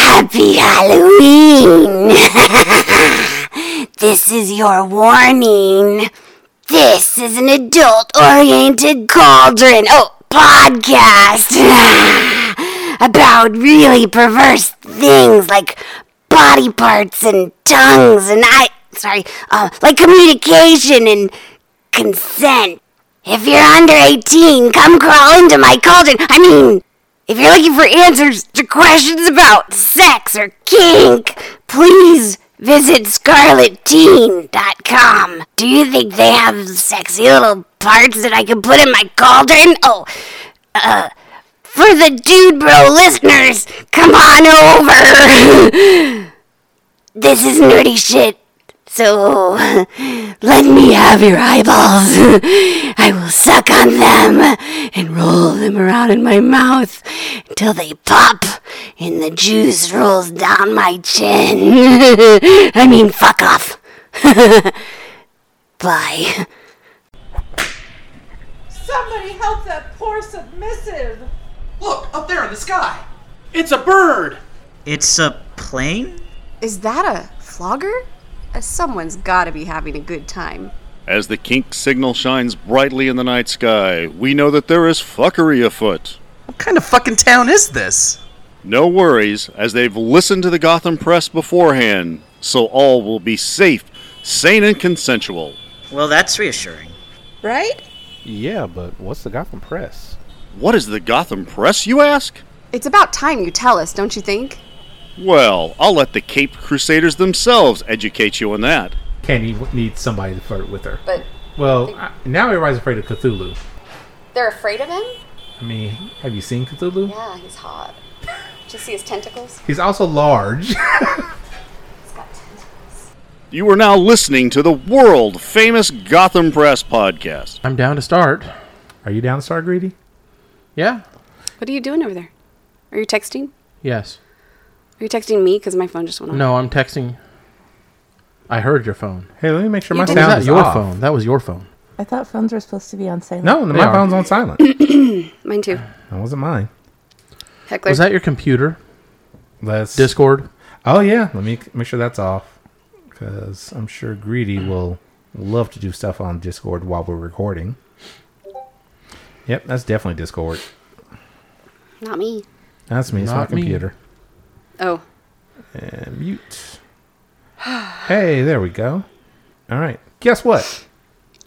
Happy Halloween! this is your warning. This is an adult oriented cauldron, oh, podcast about really perverse things like body parts and tongues and I, sorry, uh, like communication and consent. If you're under 18, come crawl into my cauldron. I mean, if you're looking for answers to questions about sex or kink, please visit scarletteen.com. Do you think they have sexy little parts that I can put in my cauldron? Oh, uh, for the dude bro listeners, come on over. this is nerdy shit. So, let me have your eyeballs. I will suck on them and roll them around in my mouth until they pop and the juice rolls down my chin. I mean, fuck off. Bye. Somebody help that poor submissive! Look, up there in the sky. It's a bird. It's a plane? Is that a flogger? Uh, Someone's gotta be having a good time. As the kink signal shines brightly in the night sky, we know that there is fuckery afoot. What kind of fucking town is this? No worries, as they've listened to the Gotham press beforehand, so all will be safe, sane, and consensual. Well, that's reassuring. Right? Yeah, but what's the Gotham Press? What is the Gotham press, you ask? It's about time you tell us, don't you think? Well, I'll let the Cape Crusaders themselves educate you on that. Candy w- needs e-, somebody to flirt with her. But Well, I, now everybody's afraid of Cthulhu. they're afraid of him? I mean, have you seen Cthulhu? Yeah, he's hot. Did you see his tentacles? He's also large. He's got tentacles. You are now listening to the world famous Gotham Press podcast. I'm down to start. Are you down, Star Greedy? Yeah. What are you doing over there? Are you texting? Yes. Are you texting me? Because my phone just went off. No, I'm texting. I heard your phone. Hey, let me make sure You my did- That was sound not is your off. phone. That was your phone. I thought phones were supposed to be on silent. No, my are. phone's on silent. Mine too. that wasn't mine. Heckler. Was that your computer? Let's. Discord? oh yeah, let me c- make sure that's off, because I'm sure Greedy will love to do stuff on Discord while we're recording. Yep, that's definitely Discord. Not me. That's me. It's my Not me. computer. Oh. And mute. hey, there we go. All right. Guess what?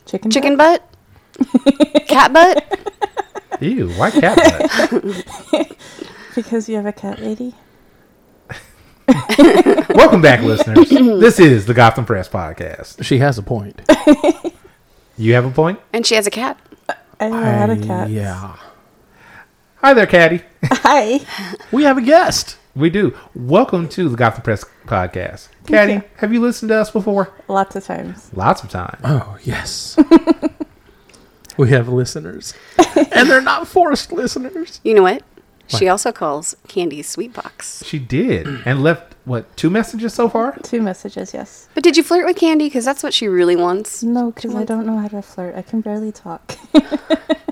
Chicken. Chicken butt? Cat butt? Ew, why cat butt? butt? Because you have a cat lady. Welcome back, listeners. This is the Gotham Press Podcast. She has a point. You have a point? And she has a cat. I am not a cat. Yeah. Hi there, Caddy. Hi. We have a guest. We do. Welcome to the Gotham Press Podcast. Caddy, you. have you listened to us before? Lots of times. Lots of times. Oh, yes. we have listeners. and they're not forced listeners. You know what? She also calls Candy Sweet Box. She did. And left, what, two messages so far? Two messages, yes. But did you flirt with Candy? Because that's what she really wants. No, because I don't know how to flirt. I can barely talk.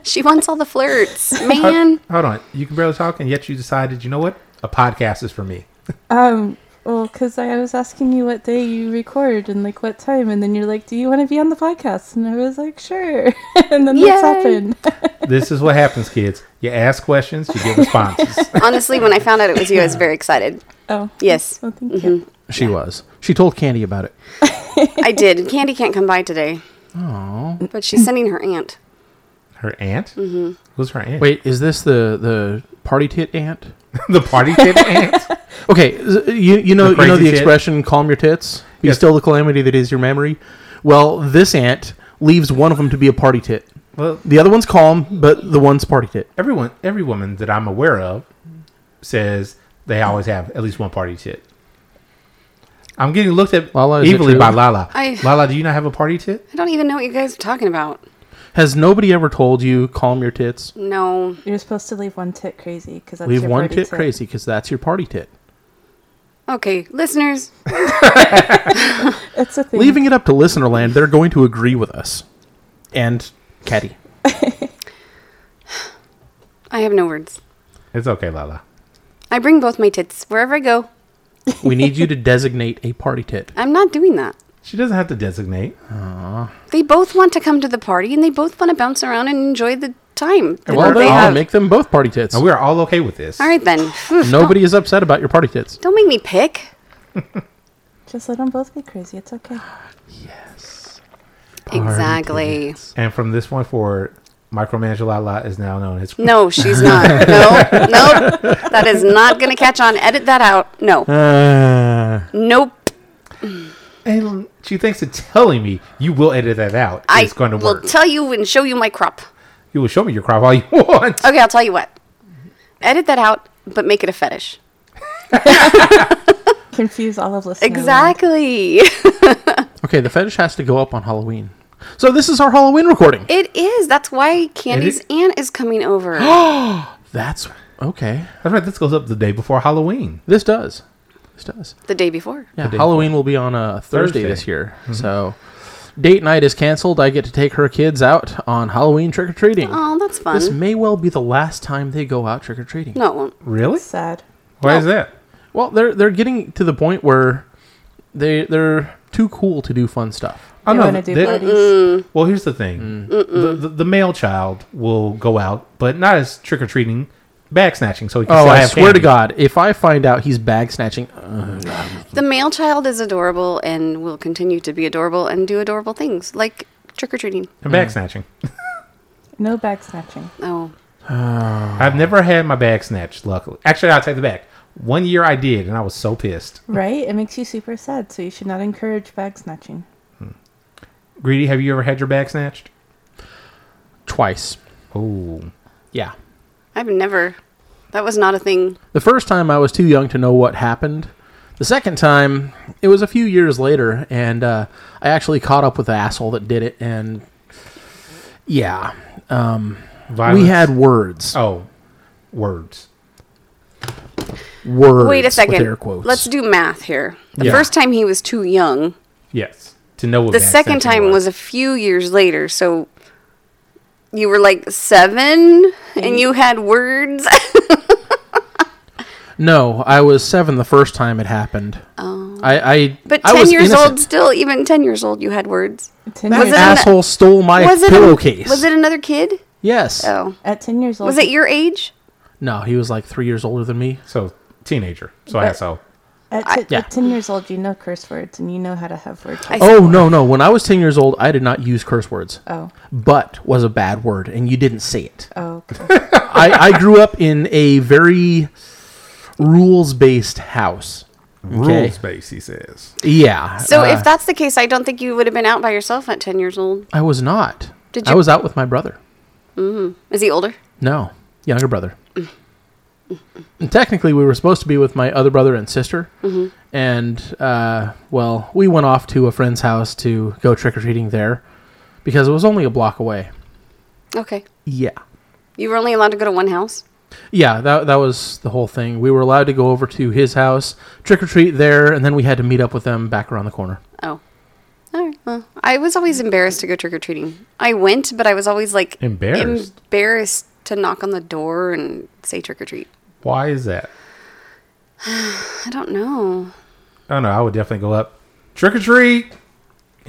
She wants all the flirts. Ho- Man. Hold on. You can barely talk, and yet you decided, you know what? A podcast is for me. um, well, because I was asking you what day you record and like what time, and then you're like, "Do you want to be on the podcast?" And I was like, "Sure." and then what's Yay. happened? this is what happens, kids. You ask questions, you get responses. Honestly, when I found out it was you, I was very excited. oh, Yes, Mm-hmm. well, thank you. She was. She told Candy about it. I did. Candy can't come by today. Oh. But she's sending her aunt. Her aunt? Mm-hmm. Who's her aunt? Wait, is this the, the party tit aunt? the party kid aunt? Okay, z- you you know The you know crazy the tit. expression "calm your tits, be Yes. still the calamity that is your memory." Well, this ant leaves one of them to be a party tit. Well, The other one's calm, but the one's party tit. everyone, every woman that I'm aware of Mm-hmm. says they always have at least one party tit. I'm getting looked at Lala, is it evilly true? by Lala. I- Lala, do you not have a party tit? I don't even know what you guys are talking about. Has nobody ever told you calm your tits, No. You're supposed to leave one tit crazy because that's leave your one party tit, crazy 'cause crazy because that's your party tit? Okay, listeners, It's a thing. Leaving it up to listenerland, they're going to agree with us. And Caddy, I have no words. It's okay, Lala. I bring both my tits wherever I go. We need you to designate a party tit. I'm not doing that. She doesn't have to designate. They both want to come to the party and they both want to bounce around and enjoy the time. that Well, they I'll have. make them both party tits. And we are all okay with this. All right then. Oof, Nobody is upset about your party tits. Don't make me pick. Just let them both be crazy. It's okay. Exactly. And from this point forward, Micromanager Lala is now known as. No, she's not. No, no, that is not going to catch on. Edit that out. No, Uh, nope. and she thinks that telling me you will edit that out I is going to will work. tell you and show you my crop. you will show me your crop all you want. Okay, I'll tell you what. Edit that out, but make it a fetish. Confuse all of listeners. Exactly. Okay, the fetish has to go up on Halloween. So this is our Halloween recording. It is. That's why Candy's aunt is coming over. That's okay. That's right. This goes up the day before Halloween. This does. This does. the day before. Yeah, day Halloween will be on a Thursday, Thursday. this year. So date night is canceled. I get to take her kids out on Halloween trick or treating. Oh, that's This fun. may well be the last time they go out trick or treating. No, it won't. Really? Sad. Why is that? Well, they're they're getting to the point where they they're too cool to do fun stuff. Oh, They no, want to do they- parties. Well, here's the thing: Mm. the, the, the male child will go out, but not as trick or treating, bag snatching. So he can Oh, still I have swear candy. to God, if I find out he's bag snatching, uh, The male child is adorable and will continue to be adorable and do adorable things like trick or treating. and Mm. bag snatching. No back snatching. Oh, I've never had my bag snatched. Luckily, actually, I'll take the back. One year I did, and I was so pissed. Right? It makes you super sad, so you should not encourage bag snatching. Greedy, have you ever had your bag snatched? twice. Oh, Yeah. I've never. That was not a thing. The first time I was too young to know what happened. The second time, it was a few years later, and uh, I actually caught up with the asshole that did it, and yeah, violence. we had words. oh words. Words. Wait a with air second. quotes. Let's do math here. The Yeah. first time he was too young. Yes, to know what The bag second snatching time was. a few years later. So you were like seven Mm. and you had words. No, I was seven the first time it happened. Oh. I, I but I 10 was years innocent. old, still, even 10 years old, you had words. Ten Was years, it an- asshole stole my was it pillowcase. was it another kid? Yes. Oh. at 10 years old. Was it your age? No, he was like three years older than me. So teenager. So I so At, t- yeah. at 10 years old, you know curse words and you know how to have words. I- Oh no, no. When I was ten years old, I did not use curse words. oh, But was a bad word, and you didn't say it. oh, okay. I, I grew up in a very rules based house. rules based. He says. Yeah. So uh, if that's the case, I don't think you would have been out by yourself at 10 years old. I was not. Did I you- was out with my brother. Is he older? No, younger brother. And technically, we were supposed to be with my other brother and sister, Mm-hmm. and uh, well, we went off to a friend's house to go trick or treating there because it was only a block away. Okay. Yeah, You were only allowed to go to one house? yeah, that that was the whole thing. We were allowed to go over to his house, trick or treat there, and then we had to meet up with them back around the corner. Oh. All right. Well, I was always embarrassed to go trick or treating. I went, but I was always like Embarrassed? embarrassed to knock on the door and say trick or treat. Why is that? I don't know. I don't know. I would definitely go up, trick or treat,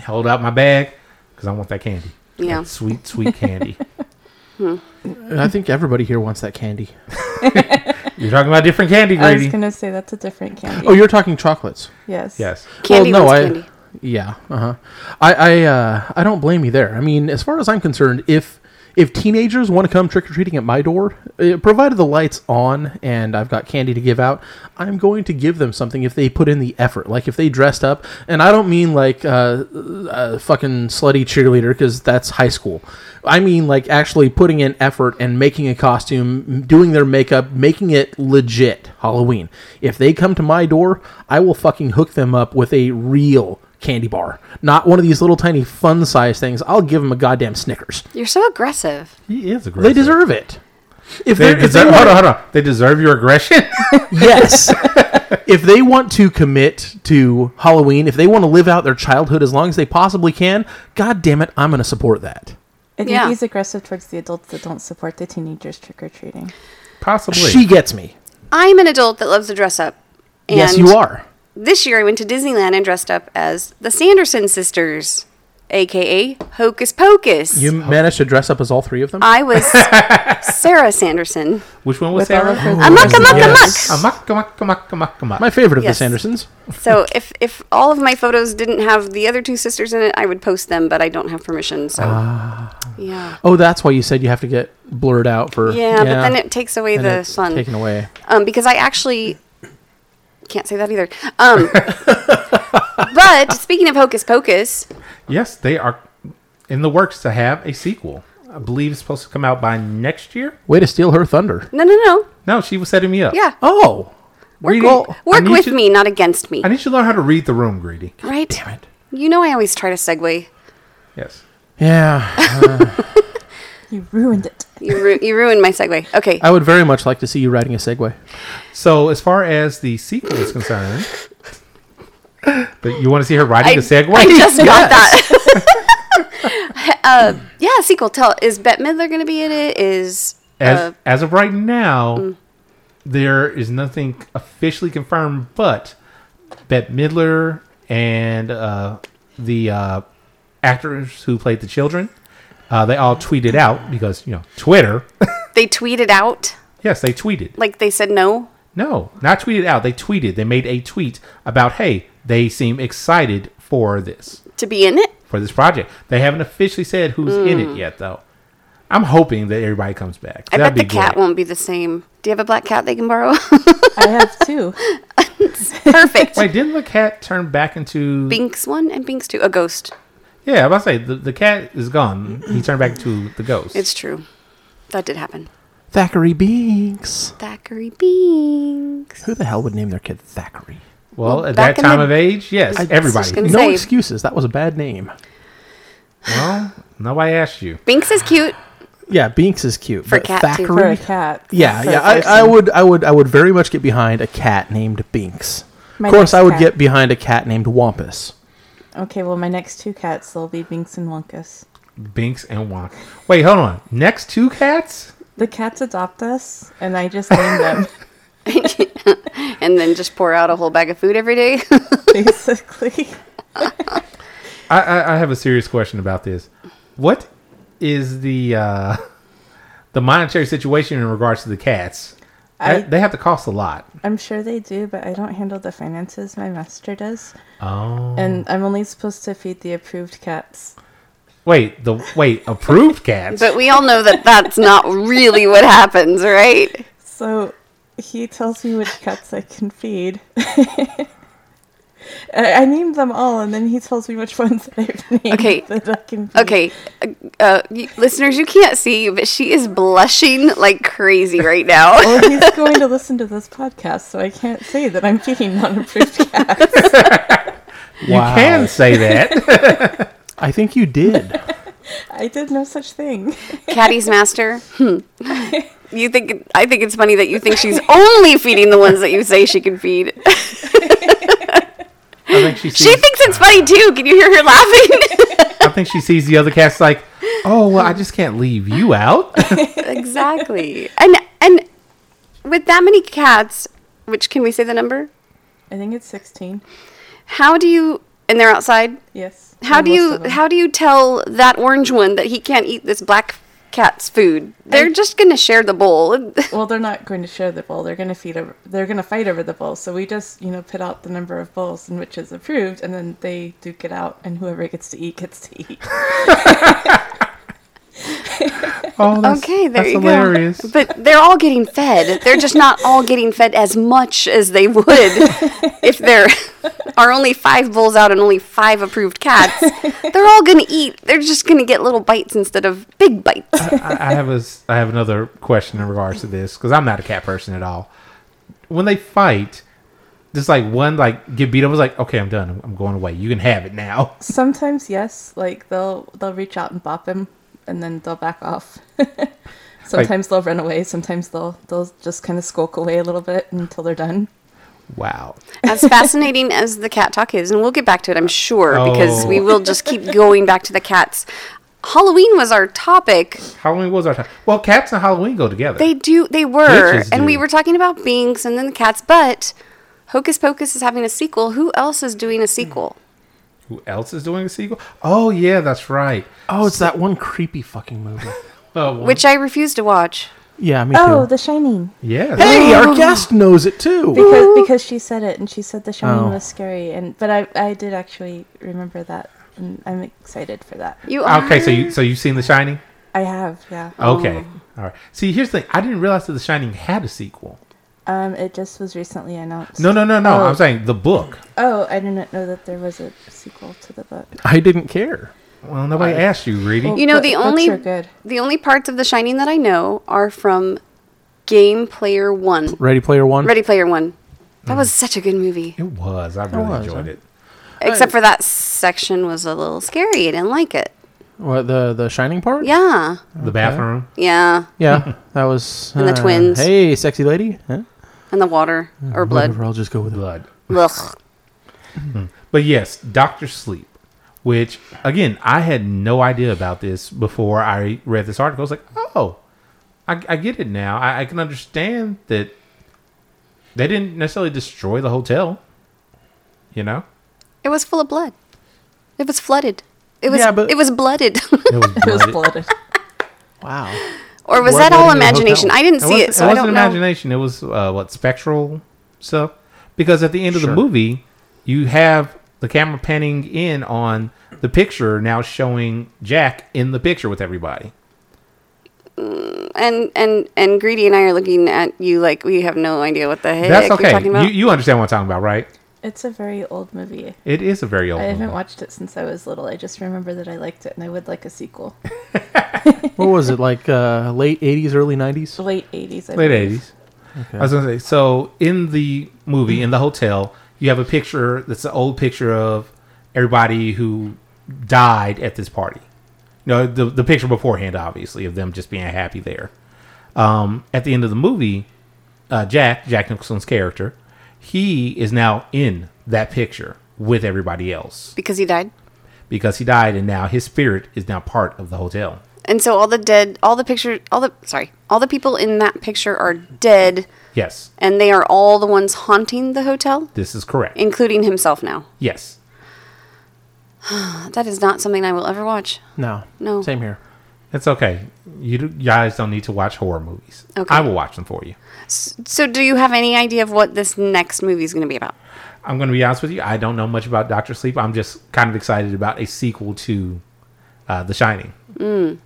hold out my bag because I want that candy. Yeah. That sweet, sweet candy. I think everybody here wants that candy. You're talking about different candy, I was Grady. going to say that's a different candy. Oh, you're talking chocolates. yes. Yes. Candy well, no, wants I, candy. Yeah, uh-huh. I I uh, I don't blame you there. I mean, as far as I'm concerned, if if teenagers want to come trick or treating at my door, uh, provided the lights on and I've got candy to give out, I'm going to give them something if they put in the effort. Like if they dressed up, and I don't mean like uh, a fucking slutty cheerleader because that's high school. I mean like actually putting in effort and making a costume, m- doing their makeup, making it legit Halloween. If they come to my door, I will fucking hook them up with a real candy bar, not one of these little tiny fun size things. I'll give them a goddamn Snickers. You're so aggressive. He is aggressive. They deserve it. If They they're- if deserve. want- hold on, hold on. They deserve your aggression. Yes. if they want to commit to Halloween, if they want to live out their childhood as long as they possibly can, god damn it, I'm going to support that. I think Yeah. he's aggressive towards the adults that don't support the teenagers trick or treating. Possibly. She gets me. I'm an adult that loves to dress up. And yes, you are. This year I went to Disneyland and dressed up as the Sanderson sisters, aka Hocus Pocus. You managed to dress up as all three of them. I was Sarah Sanderson. Which one was With all Sarah? Ah, of her- Amok, amok, yes. amok. Amok, amok, amok, amok, amok. My favorite of Yes. the Sandersons. So if if all of my photos didn't have the other two sisters in it, I would post them, but I don't have permission. So Ah. yeah. Oh, that's why you said you have to get blurred out for. yeah, but then it takes away and the it's fun. Taken away. um, because I actually can't say that either. Um, but speaking of Hocus Pocus, Yes, they are in the works to have a sequel. I believe it's supposed to come out by next year. Way to steal her thunder. no, no, no, No, she was setting me up. yeah, Oh, work, Greedy, I work need with you- me, not against me, I need you to learn how to read the room, Greedy. right? Damn it. You know I always try to segue. Yes. yeah. You ruined it. You ru- you ruined my segue. Okay, I would very much like to see you riding a Segway. So, as far as the sequel is concerned, but you want to see her riding I- the Segway? I just got that. uh, yeah, sequel. Tell is Bette Midler going to be in it? Is as, uh, mm. as of right now, there is nothing officially confirmed, but Bette Midler and uh, the uh, actors who played the children, uh, they all tweeted out because, you know, Twitter. they tweeted out yes, they tweeted. like they said no? No, not tweeted out. They tweeted. They made a tweet about, hey, they seem excited for this, to be in it. for this project. They haven't officially said who's in it yet, though. I'm hoping that everybody comes back. Mm. I bet That'd the be cat great. won't be the same. Do you have a black cat they can borrow? I have two. Perfect. Wait, didn't the cat turn back into? Binks one and Binks two. A ghost. Yeah, I was about to say the, the cat is gone. He turned back into the ghost. It's true. That did happen. Thackeray Binks. Thackeray Binks. Who the hell would name their kid Thackeray? well, at back that in the- time of age, yes, I- everybody. just gonna- No Save. excuses. That was a bad name. Well, nobody asked you. Binks is cute. Yeah, Binks is cute. For but cat, too. For Thackeray. a cat. Yeah, For a yeah. I, I person. would, I would, I would very much get behind a cat named Binks. My of course, next I would cat. get behind a cat named Wampus. Okay, well, my next two cats, they'll be Binks and Wonkus. Binks and Wonk. Wait, hold on. Next two cats? The cats adopt us, and I just named them, And then just pour out a whole bag of food every day. basically. I, I, I have a serious question about this. What is the uh, the monetary situation in regards to the cats? I- That- they have to cost a lot. I'm sure they do, but I don't handle the finances. My master does. Oh, And I'm only supposed to feed the approved cats. wait, the wait approved cats. but we all know that that's not really what happens, right? So he tells me which cats I can feed. I I named them all, and then he tells me which ones I've named Okay. that I can feed. Okay, uh, uh, y- listeners, you can't see, but she is blushing like crazy right now. Well, he's going to listen to this podcast, so I can't say that I'm feeding non-approved cats. you can say that. I think you did. I did no such thing. Caddy's master. Hmm. You think I think it's funny that you think she's only feeding the ones that you say she can feed. I think she She sees. thinks it's funny too. Can you hear her laughing? I think she sees the other cats like, oh well, I just can't leave you out. exactly. And and with that many cats, which can we say the number? I think it's 16. How do you and they're outside? Yes. How do most you of 'em. how do you tell that orange one that he can't eat this black cat's food? They're just going to share the bowl. Well, they're not going to share the bowl. They're going to feed over. They're going to fight over the bowl. So we just, you know, put out the number of bowls in which is approved, and then they duke it out, and whoever gets to eat gets to eat. Oh, that's, okay, there that's you hilarious. go. But they're all getting fed. They're just not all getting fed as much as they would if there are only five bowls out and only five approved cats. They're all gonna eat. They're just gonna get little bites instead of big bites. I, I have a s- I have another question in regards to this because I'm not a cat person at all. When they fight, just like one like get beat up, is like okay, I'm done. I'm going away. You can have it now. Sometimes, yes, like they'll they'll reach out and bop him, and then they'll back off. sometimes they'll run away. Sometimes they'll they'll just kind of skulk away a little bit until they're done. Wow. As fascinating as the cat talk is, and we'll get back to it, I'm sure, because we Oh. will just keep going back to the cats. Halloween was our topic. Halloween was our time. Well, cats and Halloween go together. They do. They were, Bitches and we do. were talking about Binks and then the cats. But Hocus Pocus is having a sequel. Who else is doing a sequel? Who else is doing a sequel? Oh yeah, that's right. Oh, it's that one creepy fucking movie. Oh, well, Which I refuse to watch. yeah, me Oh, too. The Shining. yes. hey, Oh. our guest knows it too. Because because she said it, and she said The Shining Oh. was scary, and but I I did actually remember that, and I'm excited for that. You are. Okay, so you so you've seen The Shining? I have, yeah. Oh. Okay, all right. See, here's the thing. I didn't realize that The Shining had a sequel. Um, it just was recently announced. No, no, no, no. Oh. I'm saying the book. Oh, I did not know that there was a sequel to the book. I didn't care. Well, nobody asked you, Reedy. You know, But the books only- are good. The only parts of The Shining that I know are from Game Player One, Ready Player One. Ready Player One. That was such a good movie. It was. I really was, enjoyed huh? it. Except for that section was a little scary. I didn't like it. What the the Shining part? Yeah, The bathroom. yeah, yeah. That was uh, And the twins. Hey, sexy lady. Huh? and the water or blood. I'll just go with Blood. Ugh. But yes, Doctor Sleep, which again I had no idea about this before I read this article. I was like, oh, I, I get it now. I, I can understand that they didn't necessarily destroy the hotel. You know, It was full of blood. It was flooded. It was Yeah, but- it was blooded. it was It was blooded. blooded. Wow. or was Blood that all flooding in a imagination? hotel. I didn't It see wasn't, it, so I wasn't don't know. imagination. It was uh, what spectral stuff. Because at the end of Sure. the movie, you have the camera panning in on the picture now showing Jack in the picture with everybody. And and and Greedy and I are looking at you like we have no idea what the heck That's you're okay. talking about. You, you understand what I'm talking about, right? It's a very old movie. It is a very old. I haven't movie. watched it since I was little. I just remember that I liked it, and I would like a sequel. What was it like? Uh, late '80s, early '90s. Late eighties. late eighties. I was gonna say. So in the movie, in the hotel, you have a picture that's an old picture of everybody who died at this party. You know, the the picture beforehand, obviously, of them just being happy there. Um, at the end of the movie, uh, Jack Jack Nicholson's character, he is now in that picture with everybody else because he died. because he died, and now his spirit is now part of the hotel. And so all the dead, all the picture, all the sorry, all the people in that picture are dead, Yes, and they are all the ones haunting the hotel, this is correct. including himself. Now Yes. that is not something I will ever watch. No. No. Same here. It's okay. You do- you guys don't need to watch horror movies. Okay. I will watch them for you. So, do you have any idea of what this next movie is going to be about? I'm going to be honest with you. I don't know much about Doctor Sleep. I'm just kind of excited about a sequel to uh, The Shining. I'm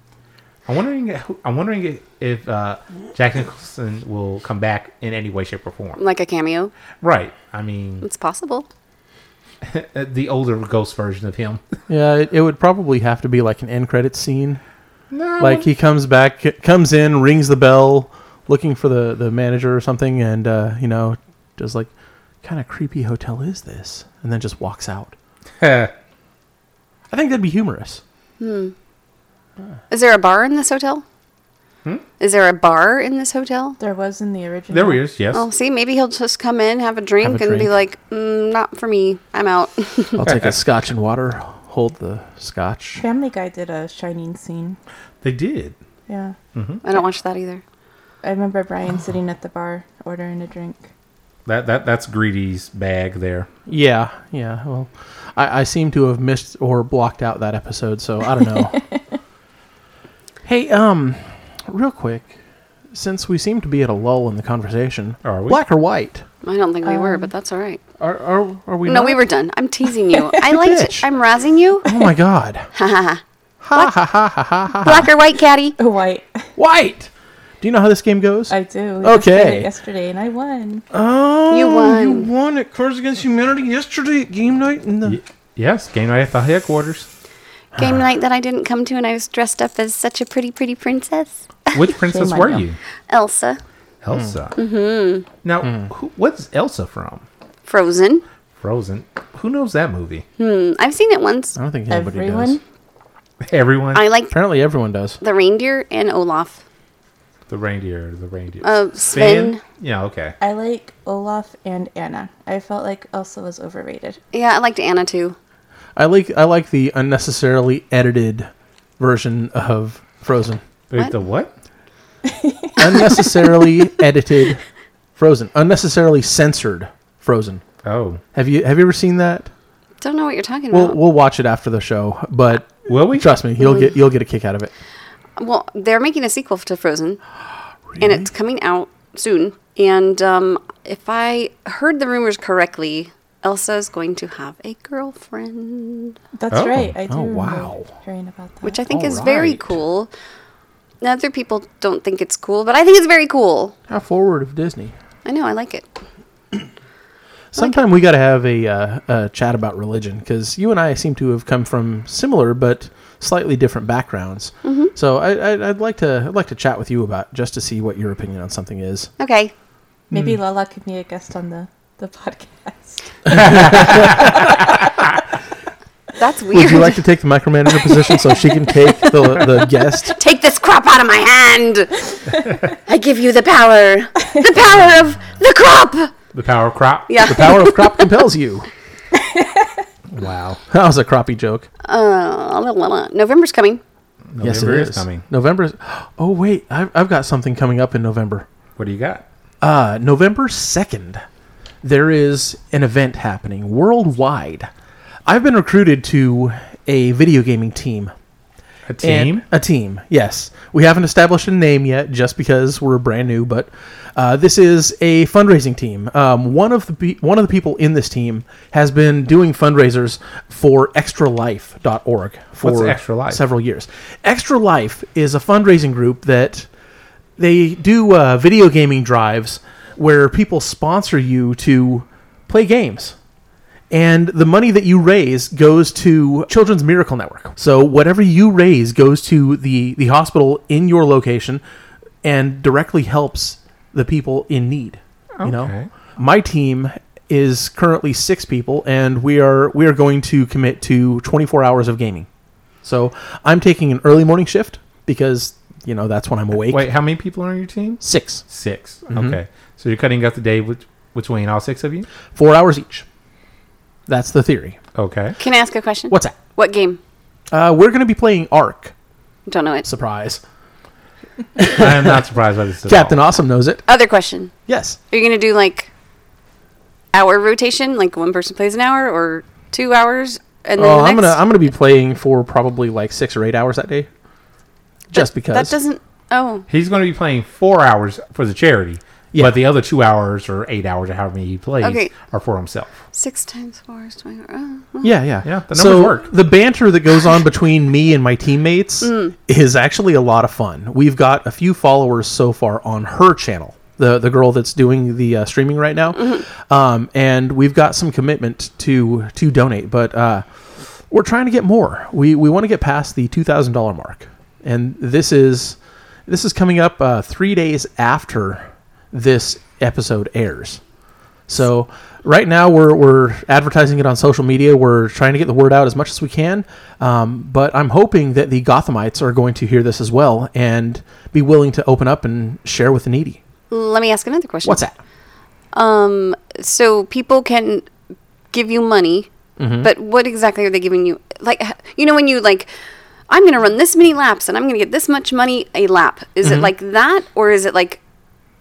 wondering. I'm wondering if uh, Jack Nicholson will come back in any way, shape, or form. Like a cameo? Right. I mean, It's possible. uh, the older ghost version of him. Yeah, it, it would probably have to be like an end credit scene. no, Like he comes back, comes in, rings the bell, looking for the the manager or something, and uh, you know, just like, kind of creepy hotel is this, and then just walks out. I think that'd be humorous. Is there a bar in this hotel? Hmm? Is there a bar in this hotel? There was in the original. there he is. Yes. Oh, see, maybe he'll just come in, have a drink, Have a and be drink. like, mm, "Not for me. I'm out." I'll take a scotch and water. Hold the scotch. Family Guy did a shining scene. They did. Yeah, I don't watch that either. I remember Brian sitting at the bar ordering a drink. That that that's Greedy's bag there. Yeah, yeah. Well, I, I seem to have missed or blocked out that episode, so I don't know. hey, um, real quick, since we seem to be at a lull in the conversation, Are we? black or white? I don't think we Um, were, but that's all right. Are are, are we? No, not? we were done. I'm teasing you. I liked bitch. it. I'm razzing you. Oh my god! ha ha ha ha ha ha! Black or white caddy? White. White. Do you know how this game goes? Oh, I do. We just played Okay. it yesterday, and I won. oh, You won. You won at Cards Against Humanity yesterday at game night. In the Y- yes. Game right at the headquarters. Game night that I didn't come to, and I was dressed up as such a pretty, pretty princess, Which princess on were you. you? Elsa, Elsa. Mm-hmm. Now, who, what's Elsa from? Frozen. Frozen. Who knows that movie? I've seen it once. I don't think anybody Everyone. does. Everyone. Uh-huh. I like Apparently, everyone does. the reindeer and Olaf. the reindeer. The reindeer. Uh, Sven. Yeah. Okay. I like Olaf and Anna. I felt like Elsa was overrated. Yeah, I liked Anna too. I like I like the unnecessarily edited version of Frozen. Wait, What? the what? unnecessarily edited Frozen, unnecessarily censored Frozen. Oh, Have you have you ever seen that? Don't know what you're talking We'll about. we'll watch it after the show, but Will we? Trust me, you'll get you'll get a kick out of it. Well, they're making a sequel to Frozen, and it's coming out soon. And um, if I heard the rumors correctly, Elsa is going to have a girlfriend, That's Oh. right. I do Oh, remember wow. Hmm. hearing about that. which I think All is very right. cool. Other people don't think it's cool, but I think it's very cool. How forward of Disney. I know I like it. Sometime we got to have a, uh, a chat about religion because you and I seem to have come from similar but slightly different backgrounds. So I, I, I'd like to I'd like to chat with you about just to see what your opinion on something is. Okay, Maybe Lala could be a guest on the, the podcast. that's weird. Would you like to take the micromanager position so she can take the the guest? Take this crop out of my hand! I give you the power! The power of the crop! the power crop. yeah. The power of crop compels you. wow, that was a crappie joke. Uh, la, la, la. November's coming. November Yes, it is. is. coming. November is. Oh wait, I've, I've got something coming up in November. What do you got? Uh, November second, there is an event happening worldwide. I've been recruited to a video gaming team. A team. And- a team. Yes, we haven't established a name yet, just because we're brand new. But uh, this is a fundraising team. Um, one of the pe- one of the people in this team has been doing fundraisers for ExtraLife.org for What's Extra Life? several years. Extra Life is a fundraising group that they do uh, video gaming drives where people sponsor you to play games and the money that you raise goes to Children's Miracle Network. So whatever you raise goes to the the hospital in your location and directly helps the people in need. You Okay. know, my team is currently six people, and we are we are going to commit to 24 hours of gaming. So I'm taking an early morning shift because you know that's when I'm awake. Wait, how many people are on your team? Six, 6 Okay, so you're cutting out the day bet- between all six of you. four hours each. That's the theory. Okay. Can I ask a question? What's that? What game? Uh, we're going to be playing Ark. Don't know it. Surprise! I am not surprised by this. At Captain all. Awesome knows it. Other question. Yes. Are you gonna do like hour rotation, like one person plays an hour or two hours, and then Oh, the I'm gonna next? I'm gonna be playing for probably like six or eight hours that day, just because. that doesn't. Oh, He's going to be playing four hours for the charity, Yeah. but the other two hours or eight hours or however many he plays Okay. are for himself. six times four is twenty. Oh, well. Yeah, yeah, Yeah, the so numbers work. the banter that goes on between me and my teammates is actually a lot of fun. We've got a few followers so far on her channel, the the girl that's doing the uh, streaming right now, um, and we've got some commitment to to donate, but uh, we're trying to get more. We we want to get past the two thousand dollar mark, and this is this is coming up uh, three days after this episode airs. So right now we're we're advertising it on social media. We're trying to get the word out as much as we can. Um, but I'm hoping that the Gothamites are going to hear this as well and be willing to open up and share with the needy. Let me ask another question. What's that? Um, so people can give you money, Mm-hmm. but what exactly are they giving you? Like, h- you know, when you like, I'm going to run this many laps and I'm going to get this much money a lap. Is Mm-hmm. it like that, or is it like,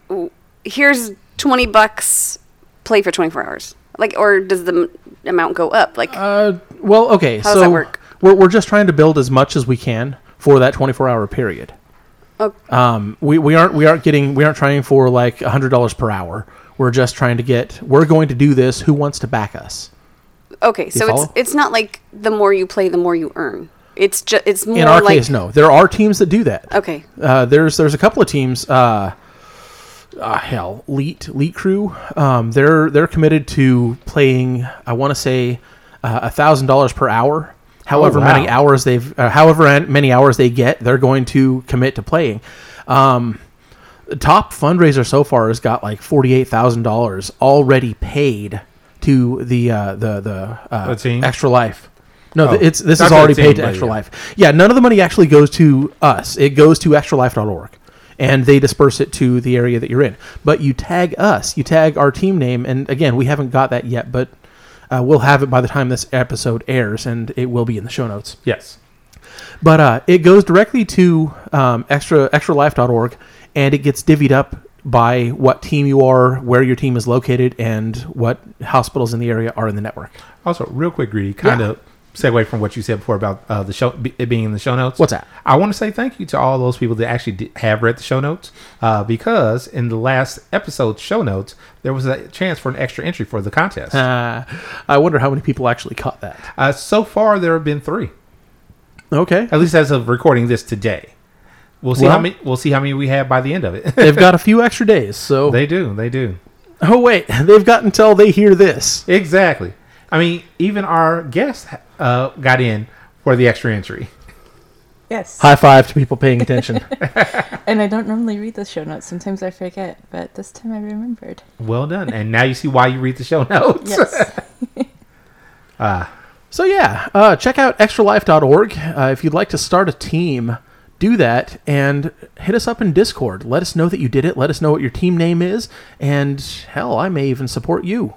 w- here's twenty bucks, play for twenty four hours? Like, or does the m- amount go up? Like, Uh, well, okay. How does so that work? we're we're just trying to build as much as we can for that 24 hour period. Ok. Um, we, we aren't we aren't getting we aren't trying for like hundred dollars per hour. We're just trying to get. We're going to do this. Who wants to back us? okay, so it's follow? it's not like the more you play, the more you earn. It's just it's more In our like case, no. There are teams that do that. okay, Uh, there's there's a couple of teams. Uh, uh, hell, Leet Leet Crew. Um, they're they're committed to playing. I want to say uh, a thousand dollars per hour. However Oh, wow. many hours they've, uh, however an- many hours they get, they're going to commit to playing. Um, the top fundraiser so far has got like forty eight thousand dollars already paid to the uh, the the, uh, The team? extra life. No, th- it's this Oh. Not is to the already team, paid to but Extra yeah. Life. Yeah, none of the money actually goes to us. It goes to extralife.org and they disperse it to the area that you're in. But you tag us, you tag our team name and again, we haven't got that yet, but uh, we'll have it by the time this episode airs and it will be in the show notes. Yes. But uh, it goes directly to um, extra extralife.org and it gets divvied up by what team you are, where your team is located, and what hospitals in the area are in the network. Also, real quick, greedy, kind of segue from what you said before about uh, the show be, it being in the show notes. What's that? I want to say thank you to all those people that actually did, have read the show notes uh, because in the last episode show notes there was a chance for an extra entry for the contest. Uh, Uh, I wonder how many people actually caught that. so far, there have been three, Okay, at least as of recording this today. We'll see how Well- many. We'll see how many we have by the end of it. they've got a few extra days, so they do. They do. oh wait, they've got until they hear this. Exactly. I mean, even our guest uh, got in for the extra entry. Yes. High five to people paying attention. And I don't normally read the show notes. Sometimes I forget, but this time I remembered. Well done. And now you see why you read the show notes. Yes. So yeah, uh, check out extralife.org uh, if you'd like to start a team. Do that and hit us up in Discord. Let us know that you did it. Let us know what your team name is, and hell, I may even support you.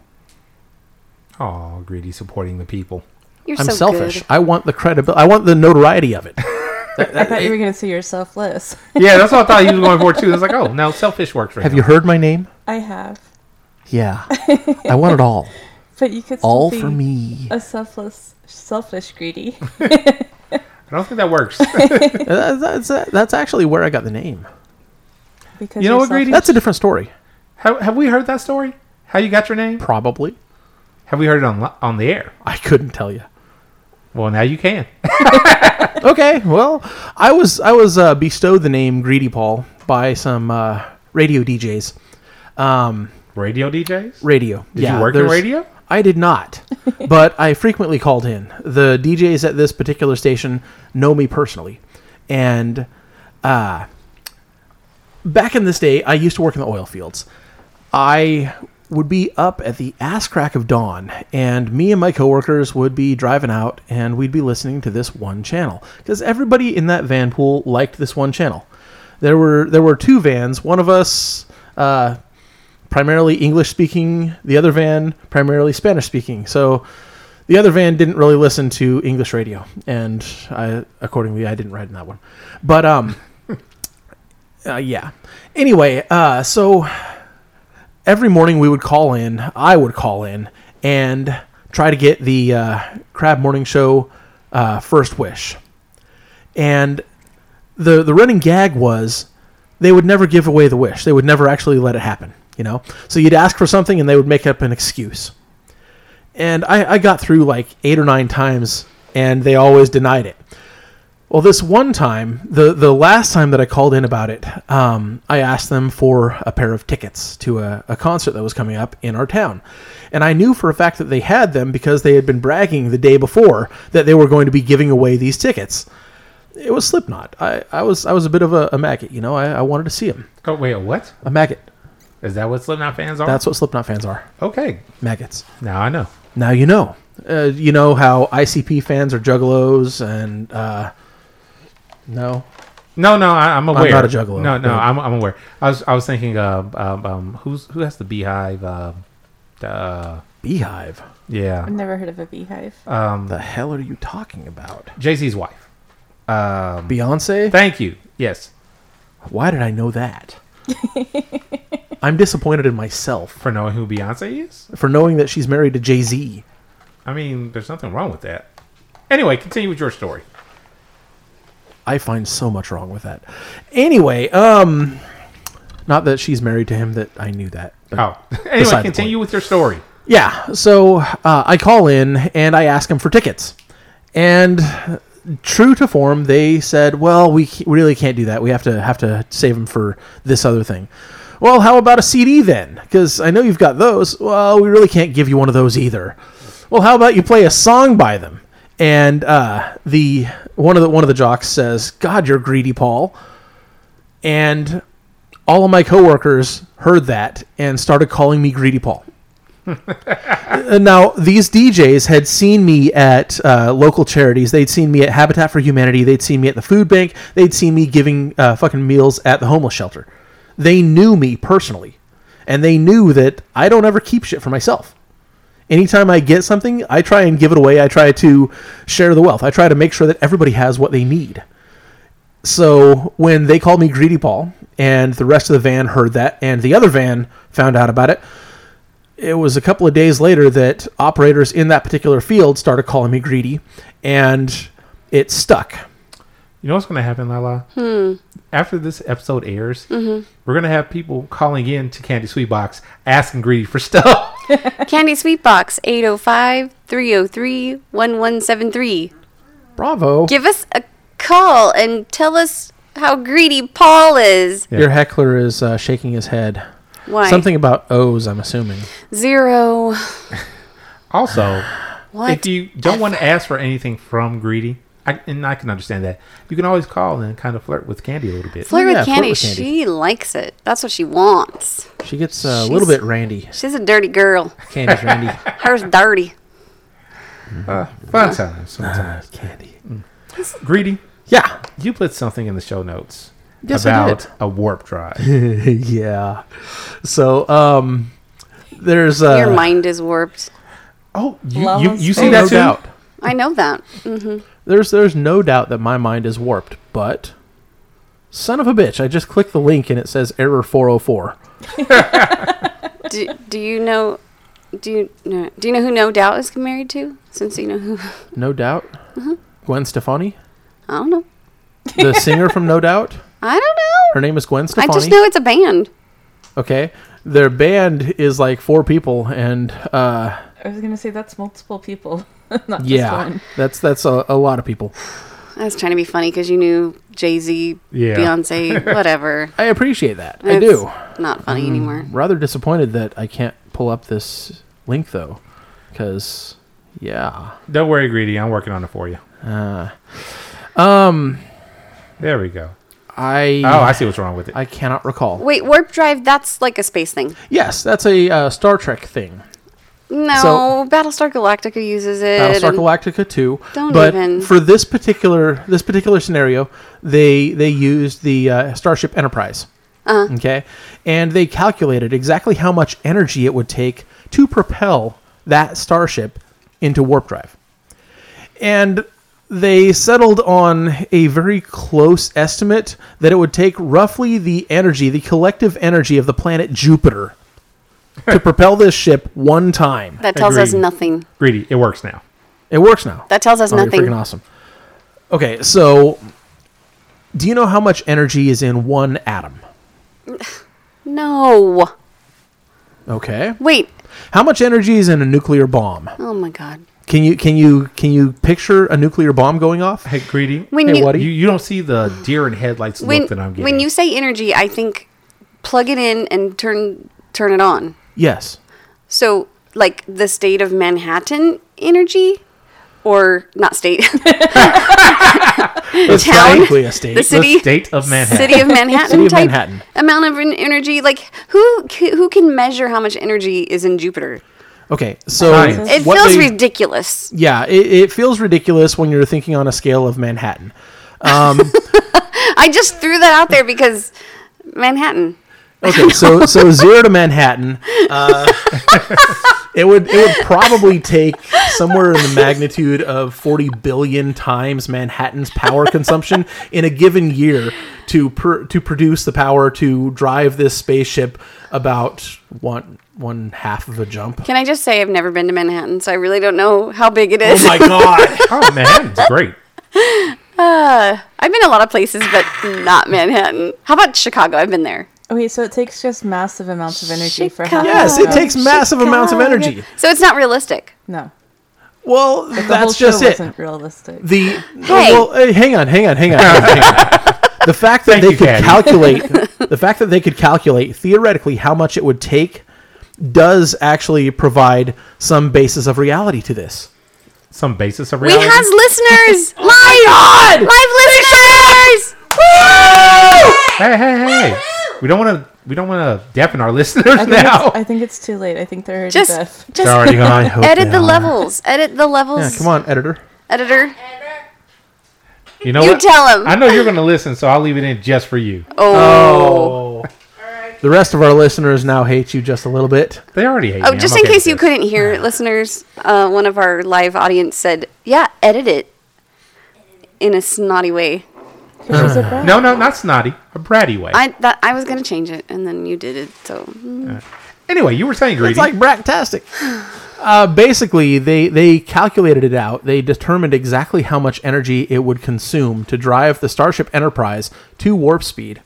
Oh, greedy supporting the people. You're I'm so selfish. good. I want the credibility. I want the notoriety of it. I thought you were going to say you're selfless. Yeah, that's what I thought he was going for too. I was like, oh, no, selfish works for Have him. you heard my name? I have. Yeah. I want it all. But you could still All be for me. a selfless, selfish greedy. I don't think that works. Uh, That's, that's actually where I got the name. Because You know you're what, greedy? selfish. That's a different story. have, have we heard that story? How you got your name? Probably. Have we heard it on li- on the air? I couldn't tell you. Well, now you can. Okay, well, I was I was uh, bestowed the name Greedy Paul by some uh, radio DJs. Um, Radio DJs? radio. Did you work in there's- radio? I did not, but I frequently called in. The DJs at this particular station know me personally, and uh, back in this day, I used to work in the oil fields. I would be up at the ass crack of dawn, and me and my coworkers would be driving out, and we'd be listening to this one channel because everybody in that van pool liked this one channel. There were there were two vans. One of us. Uh, primarily English speaking, the other van primarily Spanish speaking. So the other van didn't really listen to English radio, and I accordingly I didn't ride in that one. But um, uh, yeah. Anyway, uh, so every morning we would call in. I would call in and try to get the uh, Crab Morning Show uh, first wish, and the the running gag was they would never give away the wish. They would never actually let it happen, you know? So you'd ask for something and they would make up an excuse. And I, I got through like eight or nine times and they always denied it. Well, this one time, the, the last time that I called in about it, um, I asked them for a pair of tickets to a, a concert that was coming up in our town. And I knew for a fact that they had them because they had been bragging the day before that they were going to be giving away these tickets. It was Slipknot. I, I was I was a bit of a, a maggot, you know. I, I wanted to see them. Oh, wait, what? A maggot. Is that what Slipknot fans are? That's what Slipknot fans are. okay. Maggots. Now I know. Now you know. Uh, you know how ICP fans are juggalos and uh, no. No, no, I, I'm aware. not a juggalo. No, no, Yeah. I'm, I'm aware. I was I was thinking uh, um, um, who's who has the beehive? Uh, uh, Beehive. yeah, I've never heard of a beehive. the hell are you talking about? Jay Z's wife. Beyonce? Thank you. Yes, Why did I know that? I'm disappointed in myself for knowing who Beyonce is. for knowing that she's married to Jay Z. I mean, there's nothing wrong with that. Anyway, continue with your story. I find so much wrong with that. Anyway, um, not that she's married to him that I knew that. but- Oh, Beside anyway, the continue with your story. Yeah, so uh, I call in and I ask them for tickets. And true to form, they said, "Well, we c- really can't do that. We have to have to save them for this other thing." Well, how about a CD then? Because I know you've got those. Well, we really can't give you one of those either. Well, how about you play a song by them? And uh, the one of the one of the jocks says, "God, you're greedy, Paul." And all of my coworkers heard that and started calling me Greedy Paul. Uh, now these DJs had seen me at uh, local charities. They'd seen me at Habitat for Humanity. They'd seen me at the food bank. They'd seen me giving uh, fucking meals at the homeless shelter. They knew me personally, and they knew that I don't ever keep shit for myself. Anytime I get something, I try and give it away. I try to share the wealth. I try to make sure that everybody has what they need. So when they called me Greedy Paul, and the rest of the van heard that, and the other van found out about it, it was a couple of days later that operators in that particular field started calling me Greedy, and it stuck. You know what's going to happen, Lala? After this episode airs, we're going to have people calling in to Candy Sweetbox asking Greedy for stuff. Candy Sweetbox 805 303 1173. Bravo. Give us a call and tell us how greedy Paul is. Your heckler is uh, shaking his head. Why? Something about O's, I'm assuming. Zero. Also, What? if you don't want to ask for anything from Greedy, I, and I can understand that, you can always call and kind of flirt with Candy a little bit. Flirt Yeah, with flirt Candy. with Candy. She likes it. That's what she wants. She gets uh, a little bit randy. She's a dirty girl. Candy's randy. Hers dirty. Fun times, sometimes. Uh, Candy. Greedy, Yeah. you put something in the show notes Yes, I about did. a warp drive. yeah. So, um, there's uh, Your mind is warped. oh, you, Lala's you, you see no that too? doubt. I know that. Mm. There's there's no doubt that my mind is warped, but son of a bitch, I just clicked the link and it says error 404. Do, do you know? Do you know? Do you know who No Doubt is married to? Since you know who, No doubt. Mm-hmm. Gwen Stefani, I don't know. the singer from No Doubt. I don't know. Her name is Gwen I Stefani. just know it's a band. Okay. Their band is like four people and uh I was gonna say that's multiple people, not just yeah. one. That's that's a, a lot of people. I was trying to be funny because you knew Jay Z, Yeah. Beyonce, whatever. I appreciate that. I It's do. Not funny Mm-hmm. anymore. rather disappointed that I can't pull up this link though, because yeah, Don't worry, Greedy. I'm working on it for you. Uh, um, There we go. I Oh, I see what's wrong with it. I cannot recall. Wait, warp drive. That's like a space thing. Yes, that's a uh, Star Trek thing. No, So- Battlestar Galactica uses it. Battlestar and- Galactica 2. Don't but even. for this particular this particular scenario, they they used the uh, Starship Enterprise. Uh-huh. Okay, and they calculated exactly how much energy it would take to propel that starship into warp drive, and they settled on a very close estimate that it would take roughly the energy, the collective energy of the planet Jupiter, to propel this ship one time. that tells us Agreed. nothing. Greedy, it works now. It works now. That tells us Oh, you're nothing. freaking awesome. Okay, so do you know how much energy is in one atom? No. Okay. Wait. How much energy is in a nuclear bomb? Oh my God. Can you can you can you picture a nuclear bomb going off? Hey, Greedy. When Hey, you what do you, you don't see the deer in headlights when look that I'm getting. when you say energy, I think plug it in and turn turn it on. Yes. So like the state of Manhattan energy, or not state, It's Town? technically a state. the the city state of Manhattan. city of Manhattan City of type Manhattan. amount of en- energy. Like who c- who can measure how much energy is in Jupiter? Okay, so Science. It what feels they- ridiculous. Yeah, it, it feels ridiculous when you're thinking on a scale of Manhattan. I just threw that out there because Manhattan. Okay, so so zero to Manhattan. Uh, it would it would probably take somewhere in the magnitude of forty billion times Manhattan's power consumption in a given year to pr- to produce the power to drive this spaceship about one one half of a jump. Can I just say I've never been to Manhattan, so I really don't know how big it is. Oh my god! oh, Manhattan's great. I've been a lot of places, but not Manhattan. How about Chicago? I've been there. Okay, so it takes just massive amounts of energy for Chicago. half. Yes, it hour. takes massive amounts of energy. So it's not realistic. no. Well, The whole that's show just it. wasn't realistic. The well, uh, hang on, hang on, hang on. hang on, hang on. The fact that Thank they you, could Caddy. calculate, the fact that they could calculate theoretically how much it would take, does actually provide some basis of reality to this. Some basis of We reality. has listeners Oh live, live listeners. hey, hey, hey! We don't want to. We don't want to dampen our listeners I think, now. it's, I think it's too late. I think they're already Just- deaf. Just already gone. edit the levels. Edit the Yeah, levels. come on, editor. editor. You know You what? tell 'em. I know you're going to listen, so I'll leave it in just for you. Oh, The rest of our listeners now hate you just a little bit. They already hate oh. me. Just I'm in okay case with you this. couldn't hear, it, listeners, uh, one of our live audience said, "Yeah, edit it." In a snotty way. Here's a brat. No, no, not snotty. A bratty way. I that I was gonna change it, and then you did it. So anyway, you were saying greedy. It's like bractastic. Uh, basically, they they calculated it out. They determined exactly how much energy it would consume to drive the Starship Enterprise to warp speed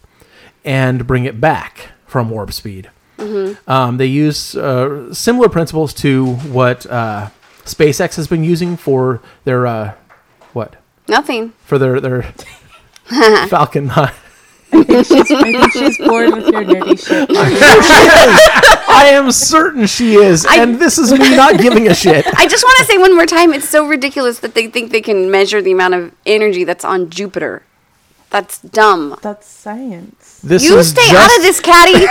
and bring it back from warp speed. Mm-hmm. Um, they use uh, similar principles to what uh, SpaceX has been using for their uh, what nothing. for their their Falcon 9. I think she's bored with your nerdy shit. I am certain she is, and this is me not giving a shit. I just want to say one more time, it's so ridiculous that they think they can measure the amount of energy that's on Jupiter. That's dumb. That's science. This you is stay just, out of this, caddy.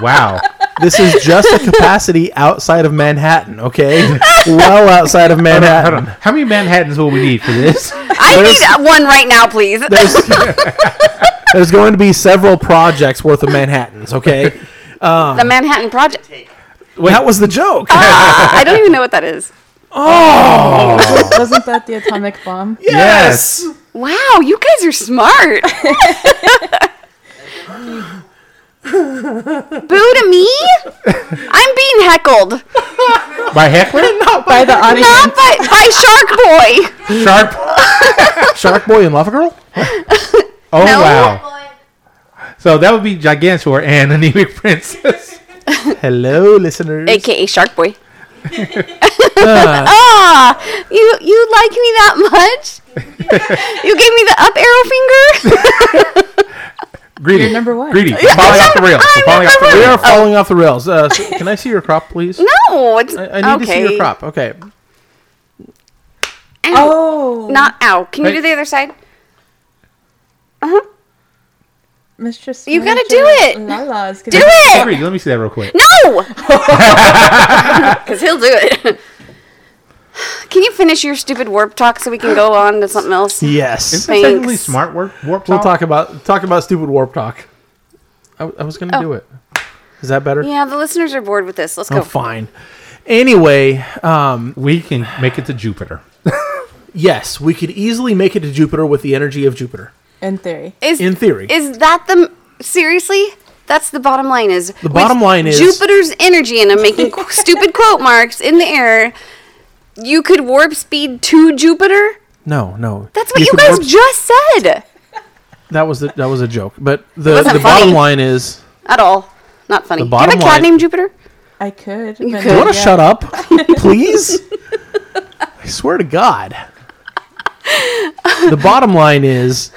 wow. This is just a capacity outside of Manhattan, okay? well outside of Hold on. Manhattan. How many Manhattans will we need for this? I need one right now, please. There's going to be several projects worth of Manhattans, okay? the Manhattan Project. Ah, that was the joke. Oh, I don't even know what that is. Wasn't that the atomic bomb? yes. Wow, you guys are smart. Boo to me? I'm being heckled. By heckler? By the audience. Not by, by Shark Boy. Sharp. Shark Boy and Lava Girl? Oh, No. wow. So that would be Gigantor and Anemic Princess. Hello, listeners. AKA Shark Boy. ah, you you like me that much? you gave me the up arrow finger? Greedy. You're number one. Greedy. We're falling off the rails. I'm We're falling off the number We rails. are falling off the rails. Uh, so- can I see your crop, please? no, it's I, I need okay. to see your crop. Okay. Ow, Oh, Not ow. Can you Hey. do the other side? Mistress. You gotta Manager do it. Lala is Do gonna it! Greedy, let me see that real quick. No! Because he'll do it. Can you finish your stupid warp talk so we can go on to something else? Yes. That's technically Thanks. smart work. Warp We'll talk. talk about talk about stupid warp talk. I, I was going to do it. Is that better? Yeah, the listeners are bored with this. Let's Oh, go. fine. Anyway, We can make it to Jupiter. Yes, we could easily make it to Jupiter with the energy of Jupiter. In theory. Is In theory. is that the seriously? That's the bottom line. Is the bottom line is- Jupiter's energy, and I'm making qu- stupid quote marks in the air. You could warp speed to Jupiter. No, no. That's what you, could guys warp- just said. that was the, that was a joke. But the, wasn't the bottom funny. line is At all, not funny. The Do you have a bottom cat line- named Jupiter? I could. You could. you want to shut up, please? I swear to God. The bottom line is,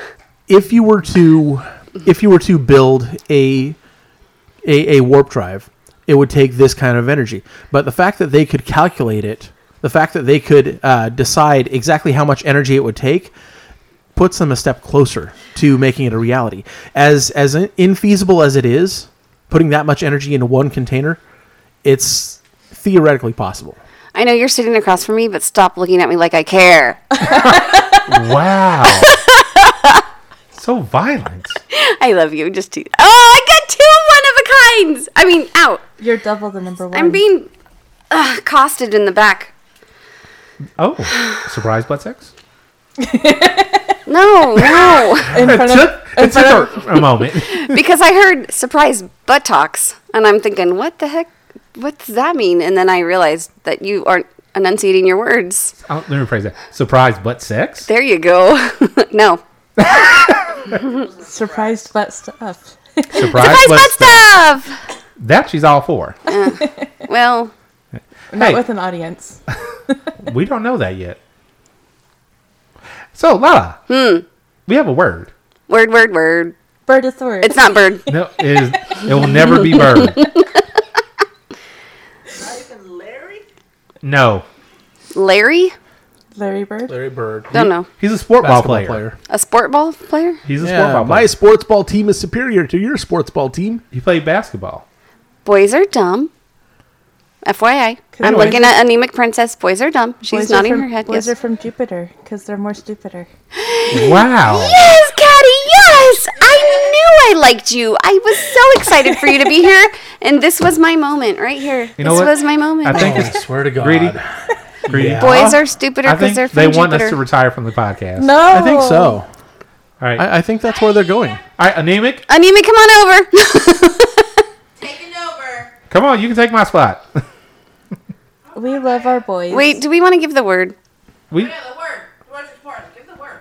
if you were to, if you were to build a, a, a warp drive, it would take this kind of energy. But the fact that they could calculate it, the fact that they could uh, decide exactly how much energy it would take, puts them a step closer to making it a reality. As as in- infeasible as it is, putting that much energy into one container, it's theoretically possible. I know you're sitting across from me, but stop looking at me like I care. Wow. so violent. I love you. Just two. Oh, I got two one of a kinds. I mean, out. You're double the number one. I'm being uh, costed in the back. Oh. Surprise butt sex? No, no. in front It of took, it took a, a moment. because I heard surprise buttocks, and I'm thinking, what the heck? What does that mean? And then I realized that you aren't enunciating your words. I'll- let me rephrase that. Surprise butt sex? There you go. no. surprised butt stuff. Surprise, Surprise butt butt sex. stuff! That she's all for. Well, Not Hey. with an audience. We don't know that yet. So, Lala. Hmm. We have a word. word, word, word. Bird is the word. It's not bird. No, it, is, it will never be bird. No. Larry? Larry Bird. Larry Bird, Don't know. He's a sport ball player. A sport ball player? He's a sport Yeah, ball my player. sports ball team is superior to your sports ball team. He played basketball. Boys are dumb. FYI. I'm Anyway. looking at Anemic Princess. Boys are dumb. She's Boys are nodding from, her head. Yes. Boys are from Jupiter because they're more stupider. Wow. Yes, Caddy, yes! I knew I liked you. I was so excited for you to be here. And this was my moment right here. You know this what? was my moment. I think it's swear to God. greedy. Greedy. Yeah. Boys are stupider I because think they're they from want Jupiter. us to retire from the podcast. No, I think so. Oh. All right. All I, I think that's where they're going. right, anemic. Anemic, come on over. Taking over. Come on, you can take my spot. We love our boys. Wait, do we want to give the word? We the word. The word's important. Give the word.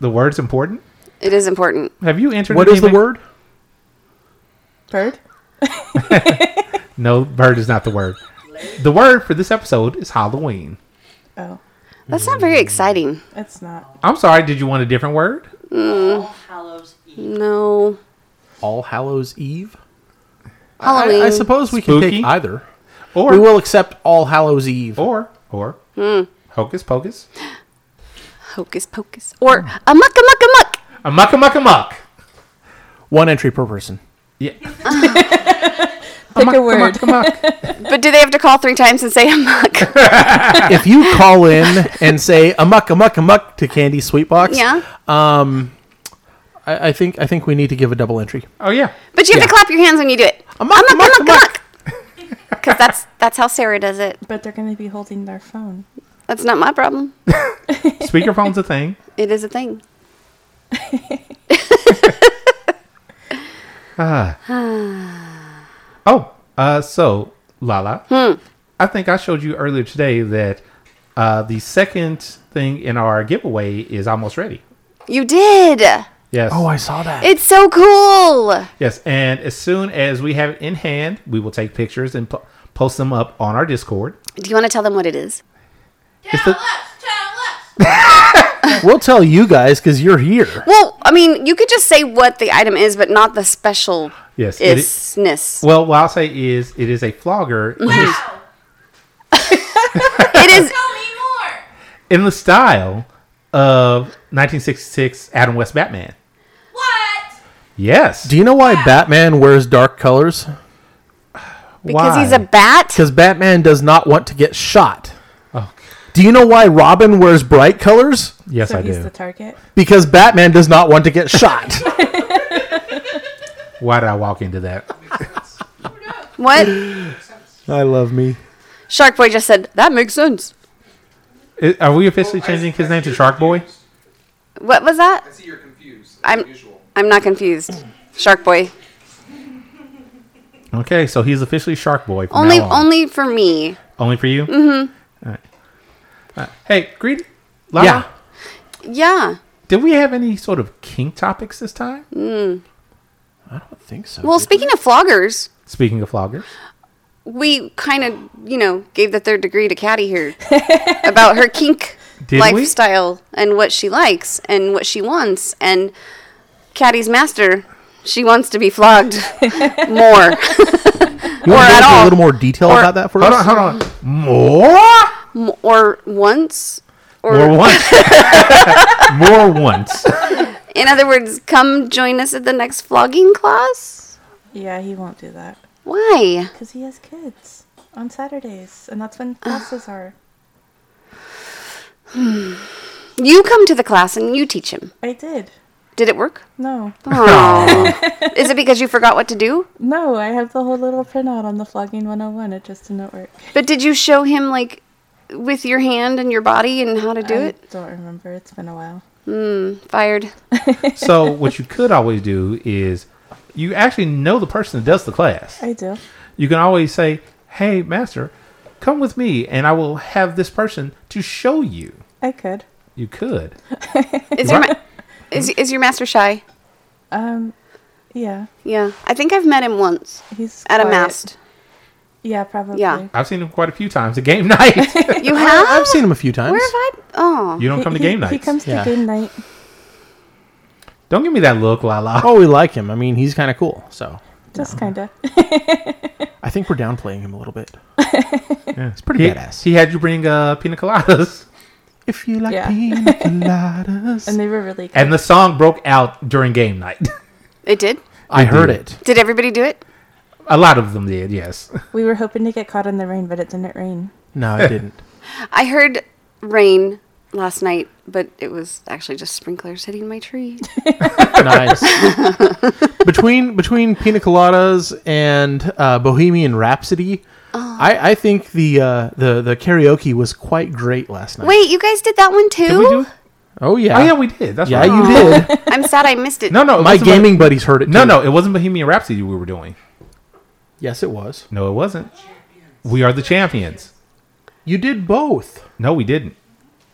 the word's important. It is important. Have you entered? What is the anemic? word? bird. No, bird is not the word. The word for this episode is Halloween. Oh, That's not very exciting. it's not. I'm sorry. Did you want a different word? No. All Hallows Eve. Halloween. I, I suppose we can Spooky. pick either. Or We will accept All Hallows Eve. or or Hmm. hocus pocus. Hocus pocus. Or Hmm. a muck a muck a muck. A muck a muck a muck. One entry per person. Yeah. Pick a word. Muck a muck. But do they have to call three times and say a muck? if you call in and say amuck amuck amuck to Candy Sweetbox, yeah. um, I, I think I think we need to give a double entry. Oh yeah. But you have to Yeah. clap your hands when you do it. A muck, a a muck, muck, a a muck. Because that's that's how Sarah does it. But they're going to be holding their phone. That's not my problem. Speakerphone's a thing. It is a thing. Oh, uh, so Lala, Hmm. I think I showed you earlier today that uh, the second thing in our giveaway is almost ready. You did. Yes. Oh, I saw that. It's so cool. Yes, and as soon as we have it in hand, we will take pictures and po- post them up on our Discord. Do you want to tell them what it is? It's the- we'll tell you guys because you're here. Well, I mean, you could just say what the item is, but not the special yes. It is, isness. well, what I'll say is it is a flogger in the- It is in the style of 1966 Adam West Batman. What? Yes. Do you know why Batman wears dark colors? because he's a bat. Because Batman does not want to get shot. Oh, Do you know why Robin wears bright colors? yes, So I he's do. the target. Because Batman does not want to get shot. Why did I walk into that? What? I love me. Shark Boy just said that makes sense. I- Are we officially changing his name to Shark Boy? What was that? I see you're confused. I'm- usual. I'm not confused. Shark Boy. Okay, so he's officially Shark Boy. From Only now on. only for me. Only for you. Mm-hmm. right. All right. Hey, greet. Lala, Yeah. Yeah. Did we have any sort of kink topics this time? I don't think so. Well, speaking of floggers, Speaking of floggers, we kind of, you know, gave the third degree to Caddy here about her kink Did we? lifestyle and what she likes and what she wants. And Caddy's master, she wants to be flogged more. you or at want to go into all. a little more detail Or- about that for hold us? on, hold on. More. M- or once. Or, More once. More once. in other words, come join us at the next flogging class? Yeah, he won't do that. Why? Because he has kids on Saturdays, and that's when classes are. You come to the class and you teach him. I did. Did it work? No. Is it because you forgot what to do? No, I have the whole little printout on the Flogging 101. It just didn't work. But did you show him like with your hand and your body and how to do I it? don't remember. It's been a while. Fired. So what you could always do is you actually know the person that does the class. I do. You can always say, "Hey, master, come with me, and I will have this person to show you." I could. You could. Is your Right. ma- is is your master shy? Um, yeah. Yeah, I think I've met him once He's at a quiet. mast. Yeah, probably. Yeah. I've seen him quite a few times at game night. You I- have? I've seen him a few times. Where have I? Oh, you don't come to he, game he- nights. He comes Yeah. to game night. Don't give me that look, Lala. Oh, we like him. I mean, he's kind of cool. So Just kind of. I think we're downplaying him a little bit. it's pretty he, badass. He had you bring uh, pina coladas, If you like Yeah. pina coladas, And they were really good. and the song broke out during game night. it did. I heard it. Did everybody do it? a lot of them did, yes. We were hoping to get caught in the rain, but it didn't rain. No, I didn't. I heard rain last night, but it was actually just sprinklers hitting my tree. nice. between between pina coladas and uh, Bohemian Rhapsody, I, I think the uh, the the karaoke was quite great last night. Wait, you guys did that one too? Did we do? Oh yeah, Oh yeah, we did. That's yeah, right. you did. I'm sad I missed it. No, no, it My wasn't gaming buddies heard it. Bo- no, too. no, it wasn't Bohemian Rhapsody we were doing. Yes, it was. No, it wasn't. We are the champions. You did both. No, we didn't.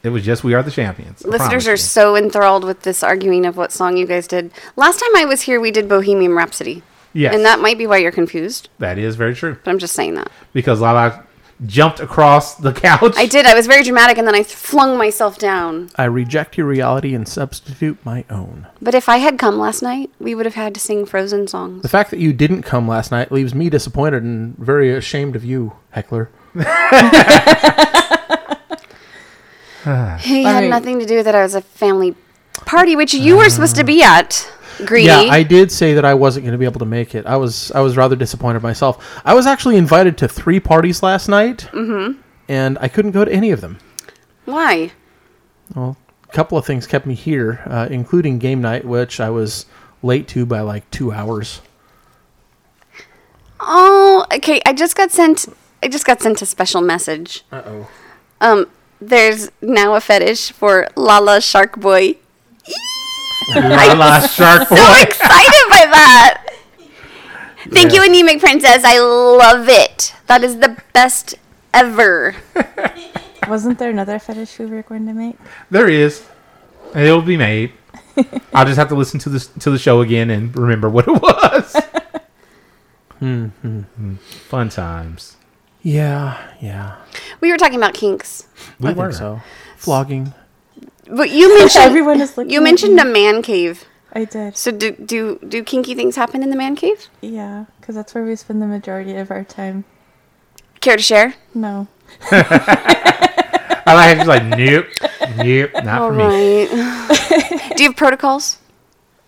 It was just we are the champions. I Listeners promise are you. so enthralled with this arguing of what song you guys did. Last time I was here, we did Bohemian Rhapsody. Yes. And that might be why you're confused, that is very true but I'm just saying that. because Lala jumped across the couch. I did. I was very dramatic and then I flung myself down. I reject your reality and substitute my own. But if I had come last night, we would have had to sing Frozen songs. The fact that you didn't come last night leaves me disappointed and very ashamed of you, heckler. He had right. nothing to do with it. I was a family party, which you were supposed to be at. Greedy. Yeah, I did say that I wasn't going to be able to make it. I was I was rather disappointed myself. I was actually invited to three parties last night, mm-hmm. and I couldn't go to any of them. Why? Well, a couple of things kept me here, uh, including game night, which I was late to by like two hours. Oh, okay. I just got sent. I just got sent a special message. Uh oh. Um, there's now a fetish for Lala Shark Boy. Lala shark So boy. excited by that! Thank you, anemic princess. I love it. That is the best ever. Wasn't there another fetish we were going to make? There is. It'll be made. I'll just have to listen to this to the show again and remember what it was. Mm-hmm. Fun times. Yeah, yeah, We were talking about kinks, We I think so. Flogging. but you mentioned Everyone is looking. you at mentioned me. a man cave. I did. So do do do kinky things happen in the man cave? Yeah, because that's where we spend the majority of our time. Care to share? No. I like. She's like, nope, nope, not for me. do you have protocols?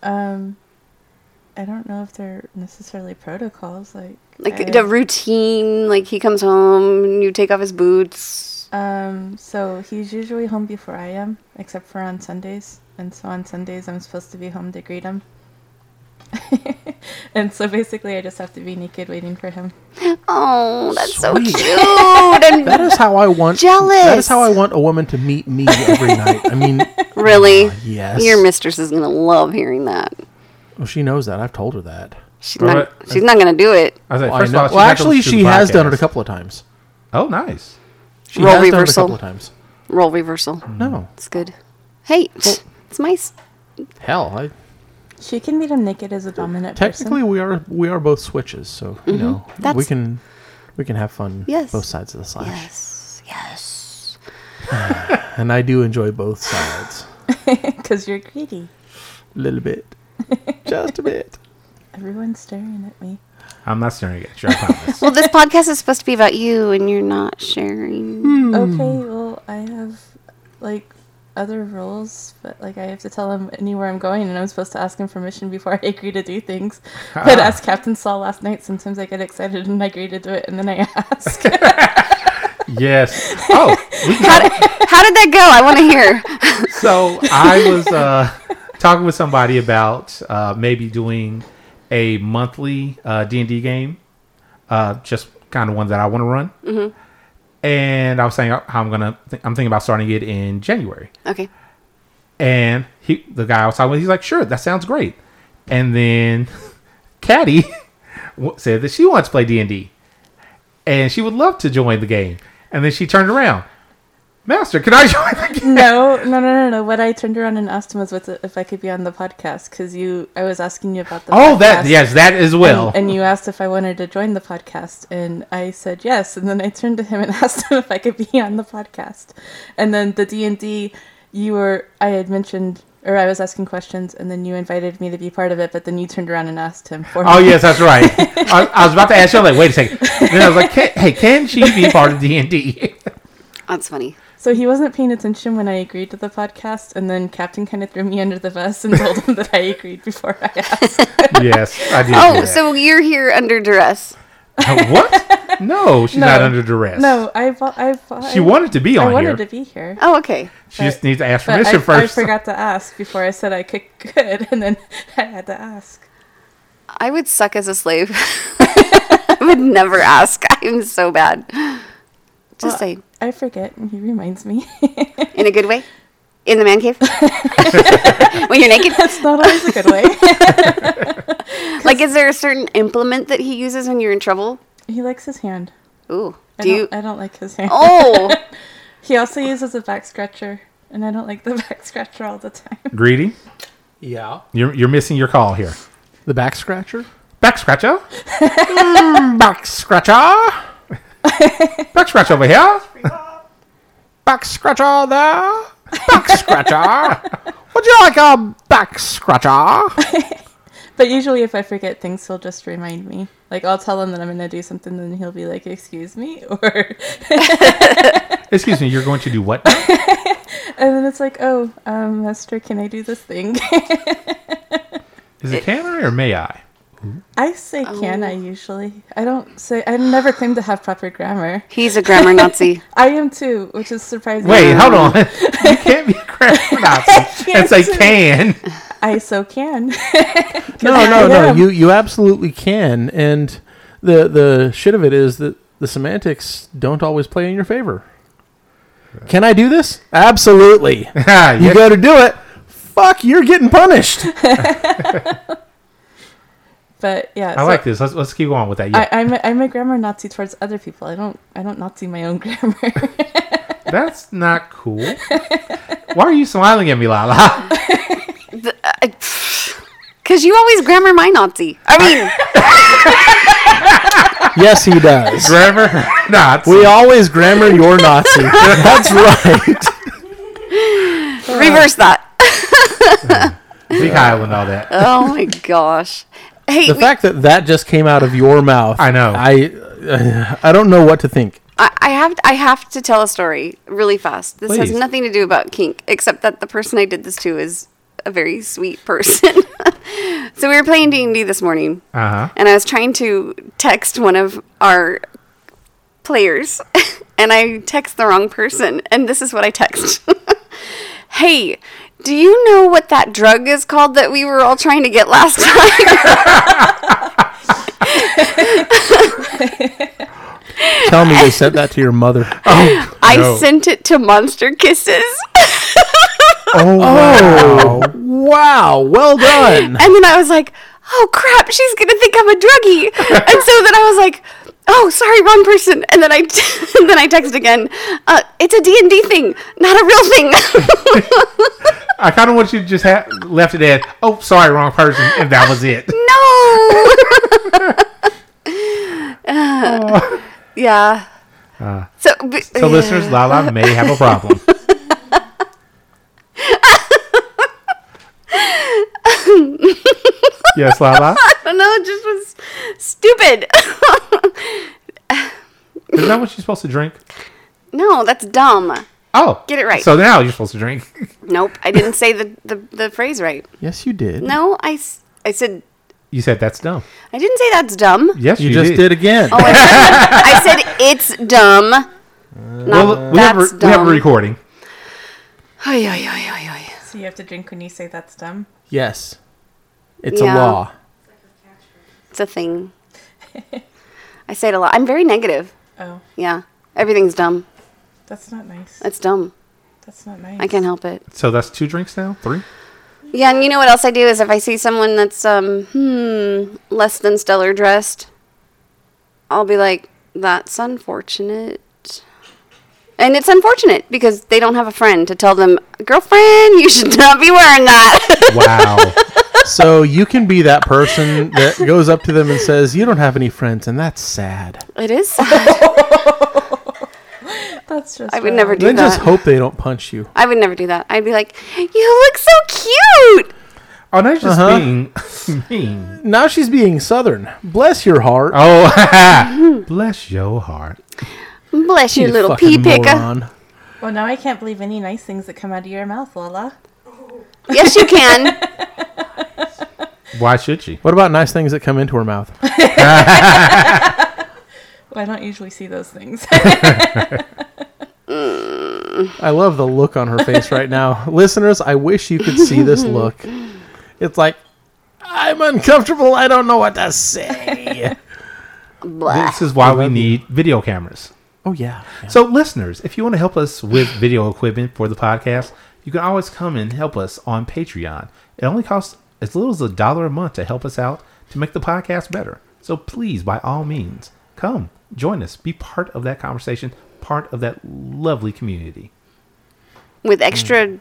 Um, I don't know if they're necessarily protocols. Like, Like I- the routine, like he comes home and you take off his boots. Um, so he's usually home before I am, except for on Sundays. And so on Sundays, I'm supposed to be home to greet him. and so basically, I just have to be naked waiting for him. Oh, that's Sweet. so cute. And That is how I want. Jealous. That is how I want a woman to meet me every night. I mean, really, Uh, yes. your mistress is gonna love hearing that. well, she knows that. I've told her that. She's Well, not. I- She's not gonna do it. I was like, Well, first I know- of all, well, she'd have to actually, listen to she the has done it a podcast. couple of times. Oh, nice. She Role has reversal. done it a couple of times. Role reversal. No, It's good. Hey, it's mice. hell, I She can meet him naked as a dominant technically person. we are we are both switches, so you know we Mm-hmm. That's- can we can have fun Yes. both sides of the slash, Yes, yes. and I do enjoy both sides Because you're greedy. a little bit, just a bit. Everyone's staring at me. I'm not staring at you. I promise. Well, this podcast is supposed to be about you, and you're not sharing. Hmm. Okay, well, I have like other rules, but like I have to tell him anywhere I'm going, and I'm supposed to ask him permission before I agree to do things. Ah. But as Captain saw last night, sometimes I get excited and I agree to do it, and then I ask. yes. Oh, we can How did, how did that go? I want to hear. So I was uh, talking with somebody about uh, maybe doing a monthly uh, D&D game, uh, just kind of one that I want to run. And I was saying how I'm gonna. Th- I'm thinking about starting it in January. Okay. And he, the guy I was talking with, he's like, "Sure, that sounds great." And then Caddy w- said that she wants to play D and D, and she would love to join the game. And then she turned around, Master, can I join the game? no, no, no, no, no. What I turned around and asked him was what's if I could be on the podcast because you, I was asking you about the. Oh, that podcast, yes, that as well. And you asked if I wanted to join the podcast, and I said yes. And then I turned to him and asked him if I could be on the podcast. And then the D and D, you were I had mentioned, or I was asking questions, and then you invited me to be part of it. But then you turned around and asked him for. Oh me. yes, that's right. I, I was about to ask you. I'm like, wait a second. Then I was like, "Ca- hey, can she be part of D and D? That's funny. So he wasn't paying attention when I agreed to the podcast, and then Captain kind of threw me under the bus and told him that I agreed before I asked. Yes, I did. Oh, do that. so you're here under duress. Uh, what? No, she's not under duress. No, I, vo- I, vo- she wanted to be I on wanted here. to be here. Oh, okay. she just needs to ask But permission I, I first. forgot to ask before I said I could, could, and then I had to ask. I would suck as a slave. would never ask. I'm so bad. Just say I forget. and He reminds me. in a good way. In the man cave? when you're naked? That's not always a good way. Like, is there a certain implement that he uses when you're in trouble? he likes his hand. Ooh. I Do don't, you? I don't like his hand. Oh! He also uses a back scratcher, and I don't like the back scratcher all the time. Greedy, Yeah. you're you're missing your call here. The back scratcher. Back scratcher, Mm, back scratcher, back scratcher over here, Back scratcher there. Back scratcher. Would you like a back scratcher? But usually, if I forget things, he'll just remind me. Like I'll tell him that I'm gonna do something, then he'll be like, "Excuse me," or Excuse me, you're going to do what? and then it's like, "Oh, um, Master, can I do this thing?" Is it can I or may I? I say "can I" usually. I don't say. I never claim to have proper grammar. He's a grammar Nazi. I am too, which is surprising. Wait, hold on. you can't be a grammar Nazi and say can. I so can. No, no, no. am. You you absolutely can. And the the shit of it is that the semantics don't always play in your favor. Can I do this? Absolutely. Ah, You yes. got to do it. Fuck, you're getting punished. but yeah, I like this. Let's let's keep on with that. Yeah, I, I'm a, I'm a grammar Nazi towards other people. I don't I don't Nazi my own grammar. that's not cool. Why are you smiling at me, Lala? Because Uh, you always grammar my Nazi. I mean, yes, he does. Grammar Nazi. We always grammar your Nazi. That's right. reverse that. Big Highland, all that. Oh my gosh. Hey, The we- fact that that just came out of your mouth. I know. I I don't know what to think. I, I have I have to tell a story really fast. This has Please. nothing to do about kink, except that the person I did this to is a very sweet person. so we were playing D and D this morning, Uh huh. and I was trying to text one of our players, and I text the wrong person, and this is what I text. hey, do you know what that drug is called that we were all trying to get last time? Tell me they sent that to your mother. I Oh. No. sent it to Monster Kisses. Oh, Oh, wow. Well done. And then I was like, oh crap, she's gonna think I'm a druggie. and so then I was like, oh sorry, wrong person. And then I and then I text again, uh, it's a D and D thing, not a real thing. I kind of want you to just have left it at. Oh, sorry, wrong person, and that was it. no. Uh, yeah. so, b- So, listeners, Lala may have a problem. yes, Lala. I don't know, it just was stupid. Is that what you're supposed to drink? no, that's dumb. Oh, Get it right. So now you're supposed to drink. Nope, I didn't say the, the, the phrase right. Yes, you did. No, I, s- I said, You said that's dumb. I didn't say that's dumb. Yes, You, just did. again. Oh. I said it's dumb. Uh, Well, Not we, have a, that's we have a dumb. recording. Ay, ay, ay, ay, ay. so you have to drink when you say that's dumb. Yes. It's Yeah. a law. It's a thing. I say it a lot. I'm very negative. Oh, Yeah. Everything's dumb. that's not nice. It's dumb. That's not nice. I can't help it. So that's two drinks now? Three? Yeah, and you know what else I do is if I see someone that's um hmm less than stellar dressed, I'll be like, That's unfortunate. And it's unfortunate because they don't have a friend to tell them, girlfriend, you should not be wearing that. Wow. So you can be that person that goes up to them and says, "You don't have any friends," and that's sad. it is sad. That's just. I would never do Then that. just hope they don't punch you. I would never do that. I'd be like, "You look so cute." Oh, now you're just Uh-huh. being mean. Now she's being southern. Bless your heart. Oh, bless your heart. Bless your you little pea fucking picker. moron. Well, now I can't believe any nice things that come out of your mouth, Lala. Yes, you can. Why should she? What about nice things that come into her mouth? Well, I don't usually see those things. I love the look on her face right now. Listeners, I wish you could see this look. It's like, I'm uncomfortable. I don't know what to say. Blah. This is why we need video cameras. Oh yeah. yeah. So, listeners, if you want to help us with video equipment for the podcast, you can always come and help us on Patreon. It only costs as little as a dollar a month to help us out to make the podcast better. So, please, by all means, come join us. Be part of that conversation, part of that lovely community with extra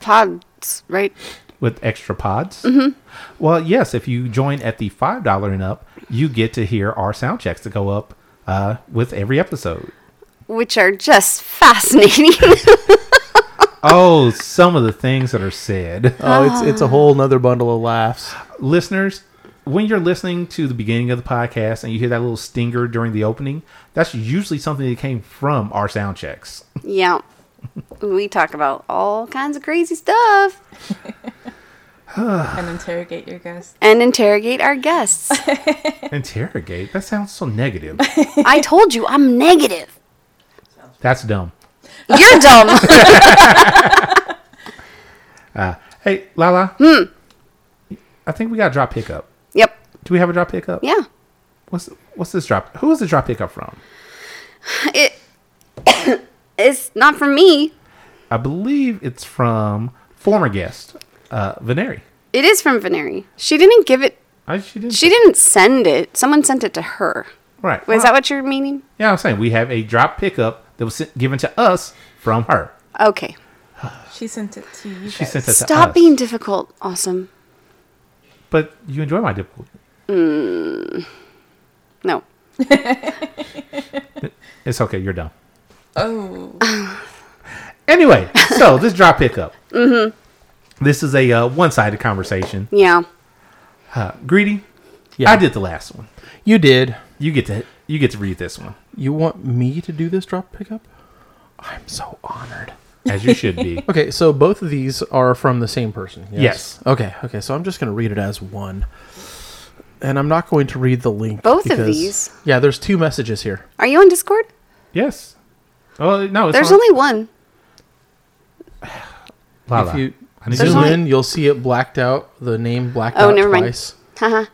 pods, right? with extra pods. Mm-hmm. Well, yes, if you join at the $5 and up, you get to hear our sound checks that go up uh, with every episode. Which are just fascinating. oh, some of the things that are said. Oh, it's it's a whole nother bundle of laughs. listeners, when you're listening to the beginning of the podcast and you hear that little stinger during the opening, that's usually something that came from our sound checks. yeah. We talk about all kinds of crazy stuff and interrogate your guest. and interrogate our guests. Interrogate? That sounds so negative. I told you, I'm negative. That's dumb. You're dumb. Hey, Lala. I think we got a drop pickup. yep. Do we have a drop pickup? Hmm. Yeah. What's what's this drop? Who is the drop pickup from? It it's not for me. I believe it's from former guest uh, Veneri. It is from Veneri. She didn't give it I, she didn't. she didn't send it. Someone sent it to her. right. Was that what you're meaning? Yeah, I'm saying we have a drop pickup that was sent, given to us from her. Okay. She sent it to you. She guys. sent it to Stop us. being difficult, awesome. But you enjoy my difficulty. No. It's okay. You're done. Oh, Anyway, so this drop pickup. Mm-hmm. This is a uh, one-sided conversation. Yeah. Uh, Greedy. Yeah. I did the last one. You did. You get to you get to read this one You want me to do this drop pickup? I'm so honored. as you should be. Okay, so both of these are from the same person. Yes. Okay. Okay. So I'm just going to read it as one, and I'm not going to read the link. Both of these? Yeah, there's two messages here. Are you on Discord? yes. Oh no, it's There's on- only one. Lala. If you I need zoom you to- in, you'll see it blacked out. The name blacked Oh, out never mind. twice. Haha. And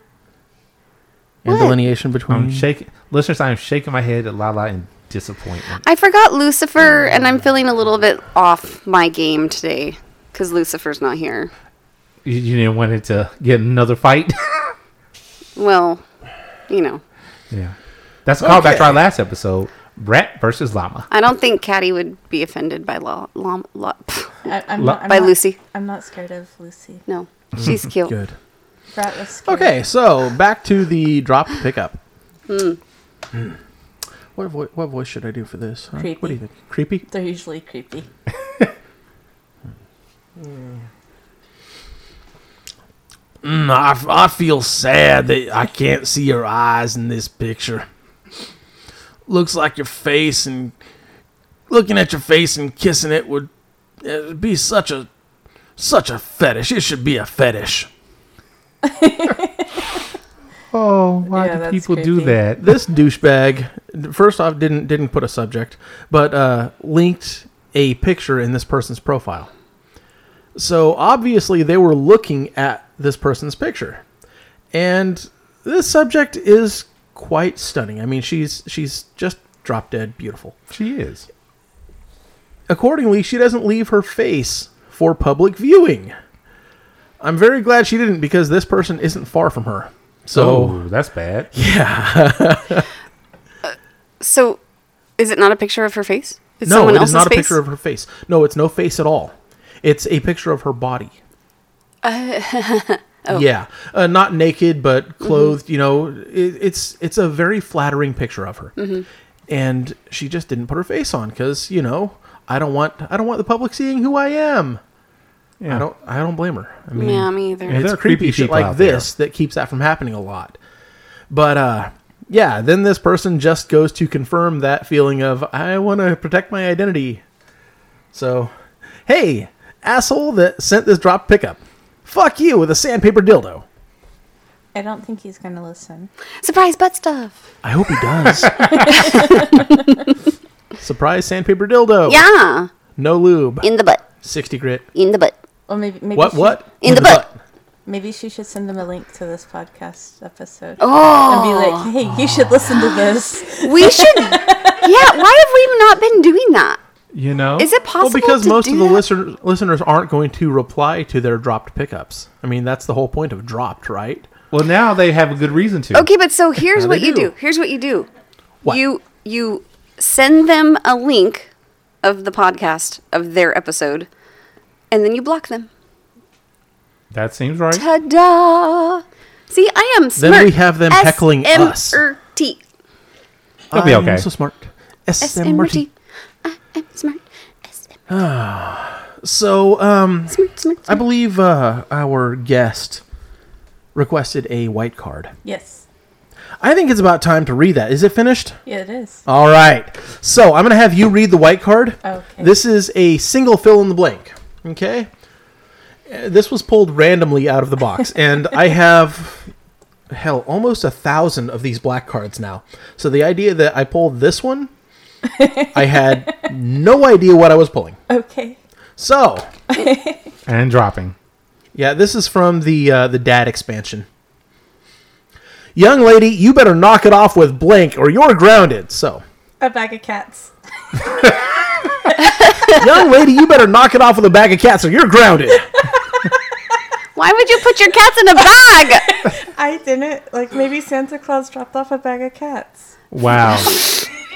What? delineation between. I'm shaking. Listeners, I am shaking my head at Lala in disappointment. I forgot Lucifer and Mm. I'm feeling a little bit off my game today cuz Lucifer's not here. You, you didn't want it to get another fight. Well, you know. yeah. That's a callback to our last episode. Brat versus Llama. I don't think Caddy would be offended by law, law, law pff, I, I'm Lo- not, I'm by not- Lucy. I'm not scared of Lucy. No, she's cute. Good. Brat was scared. Okay, so back to the drop pickup. Hmm. What, vo- what voice should I do for this? huh? What do Creepy. you think? Creepy? They're usually creepy. Mm, I, f- I feel sad that I can't see your eyes in this picture. Looks like your face and looking at your face and kissing it would it would be such a such a fetish. It should be a fetish. Oh, why Yeah, do that's people do creepy. that? This douchebag first off didn't didn't put a subject, but uh, linked a picture in this person's profile. So obviously they were looking at this person's picture. And this subject is quite stunning. I mean, she's she's just drop dead beautiful. She is. Accordingly, she doesn't leave her face for public viewing. I'm very glad she didn't because this person isn't far from her. So Oh, that's bad. So, is it not a picture of her face? It's no, someone it is else's not a face? picture of her face. No, it's no face at all. It's a picture of her body. oh. Yeah, uh, not naked Mm-hmm. but clothed. You know, it, it's it's a very flattering picture of her, Mm-hmm. and she just didn't put her face on because you know I don't want I don't want the public seeing who I am. Yeah. I don't I don't blame her. I mean, Yeah, me either. Yeah, it's there are creepy, creepy shit people like out there. this that keeps that from happening a lot. But uh yeah, then this person just goes to confirm that feeling of I want to protect my identity. So, hey, asshole that sent this drop pickup. Fuck you with a sandpaper dildo. I don't think he's gonna listen. Surprise butt stuff. I hope he does. Surprise sandpaper dildo. Yeah, No lube. Ah, in the butt. 60 grit. In the butt. Well, maybe maybe What she- what? In the butt. Maybe she should send him a link to this podcast episode Oh, and be like, "Hey, you should listen to this." We should. yeah, why have we not been doing that? You know, Is it possible? Well, because to most do of the that? listeners listeners aren't going to reply to their dropped pickups. I mean, that's the whole point of dropped, right? Well, now they have a good reason to. Okay, but so here's Now what they you do. do. Here's what you do. What? You you send them a link of the podcast of their episode, and then you block them. That seems right. Ta-da! See, I am smart. Then we have them heckling us. S-M-R-T. It'll be okay. I'm so smart. S-M-R-T. SMRT. I am smart. So, um, Smart, smart, I smart. believe uh, our guest requested a white card. yes, I think it's about time to read that. Is it finished? yeah, it is. All right. So I'm going to have you read the white card. Okay. This is a single fill in the blank. Okay. Uh, This was pulled randomly out of the box, and I have hell almost a thousand of these black cards now. So the idea that I pulled this one, I had no idea what I was pulling. Okay, So And dropping. yeah, this is from the uh, the dad expansion. Young lady, you better knock it off with blank, or you're grounded. So. a bag of cats. young lady, you better knock it off with a bag of cats or you're grounded. Why would you put your cats in a bag? I didn't like. Maybe Santa Claus dropped off a bag of cats. Wow.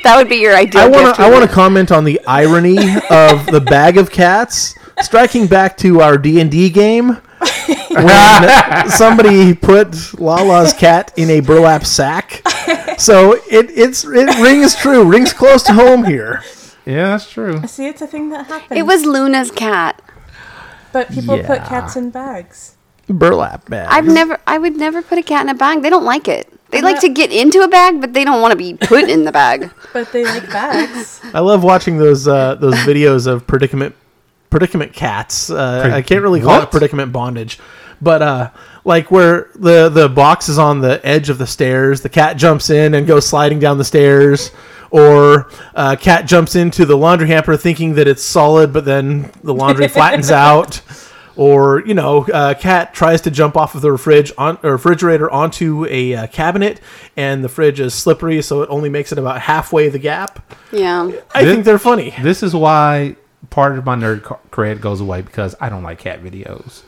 that would be your ideal I want gift. to I want to comment on the irony of the bag of cats striking back to our D&D game when somebody put Lala's cat in a burlap sack. So it it's it rings true, rings close to home here. Yeah, that's true. See, it's a thing that happens. It was Luna's cat. but people put Yeah. cats in bags. Burlap bag. I've never, I would never put a cat in a bag. They don't like it. They like to get into a bag, but they don't want to be put in the bag. But they like bags. I love watching those uh, those videos of predicament predicament cats. Uh, I can't really call it What? predicament bondage, but uh, like where the the box is on the edge of the stairs, the cat jumps in and goes sliding down the stairs, or uh, cat jumps into the laundry hamper thinking that it's solid, but then the laundry flattens out. Or you know, uh, cat tries to jump off of the fridge on or refrigerator onto a uh, cabinet, and the fridge is slippery, so it only makes it about halfway the gap. Yeah. I Thi- think they're funny. This is why part of my nerd ca- cred goes away because I don't like cat videos.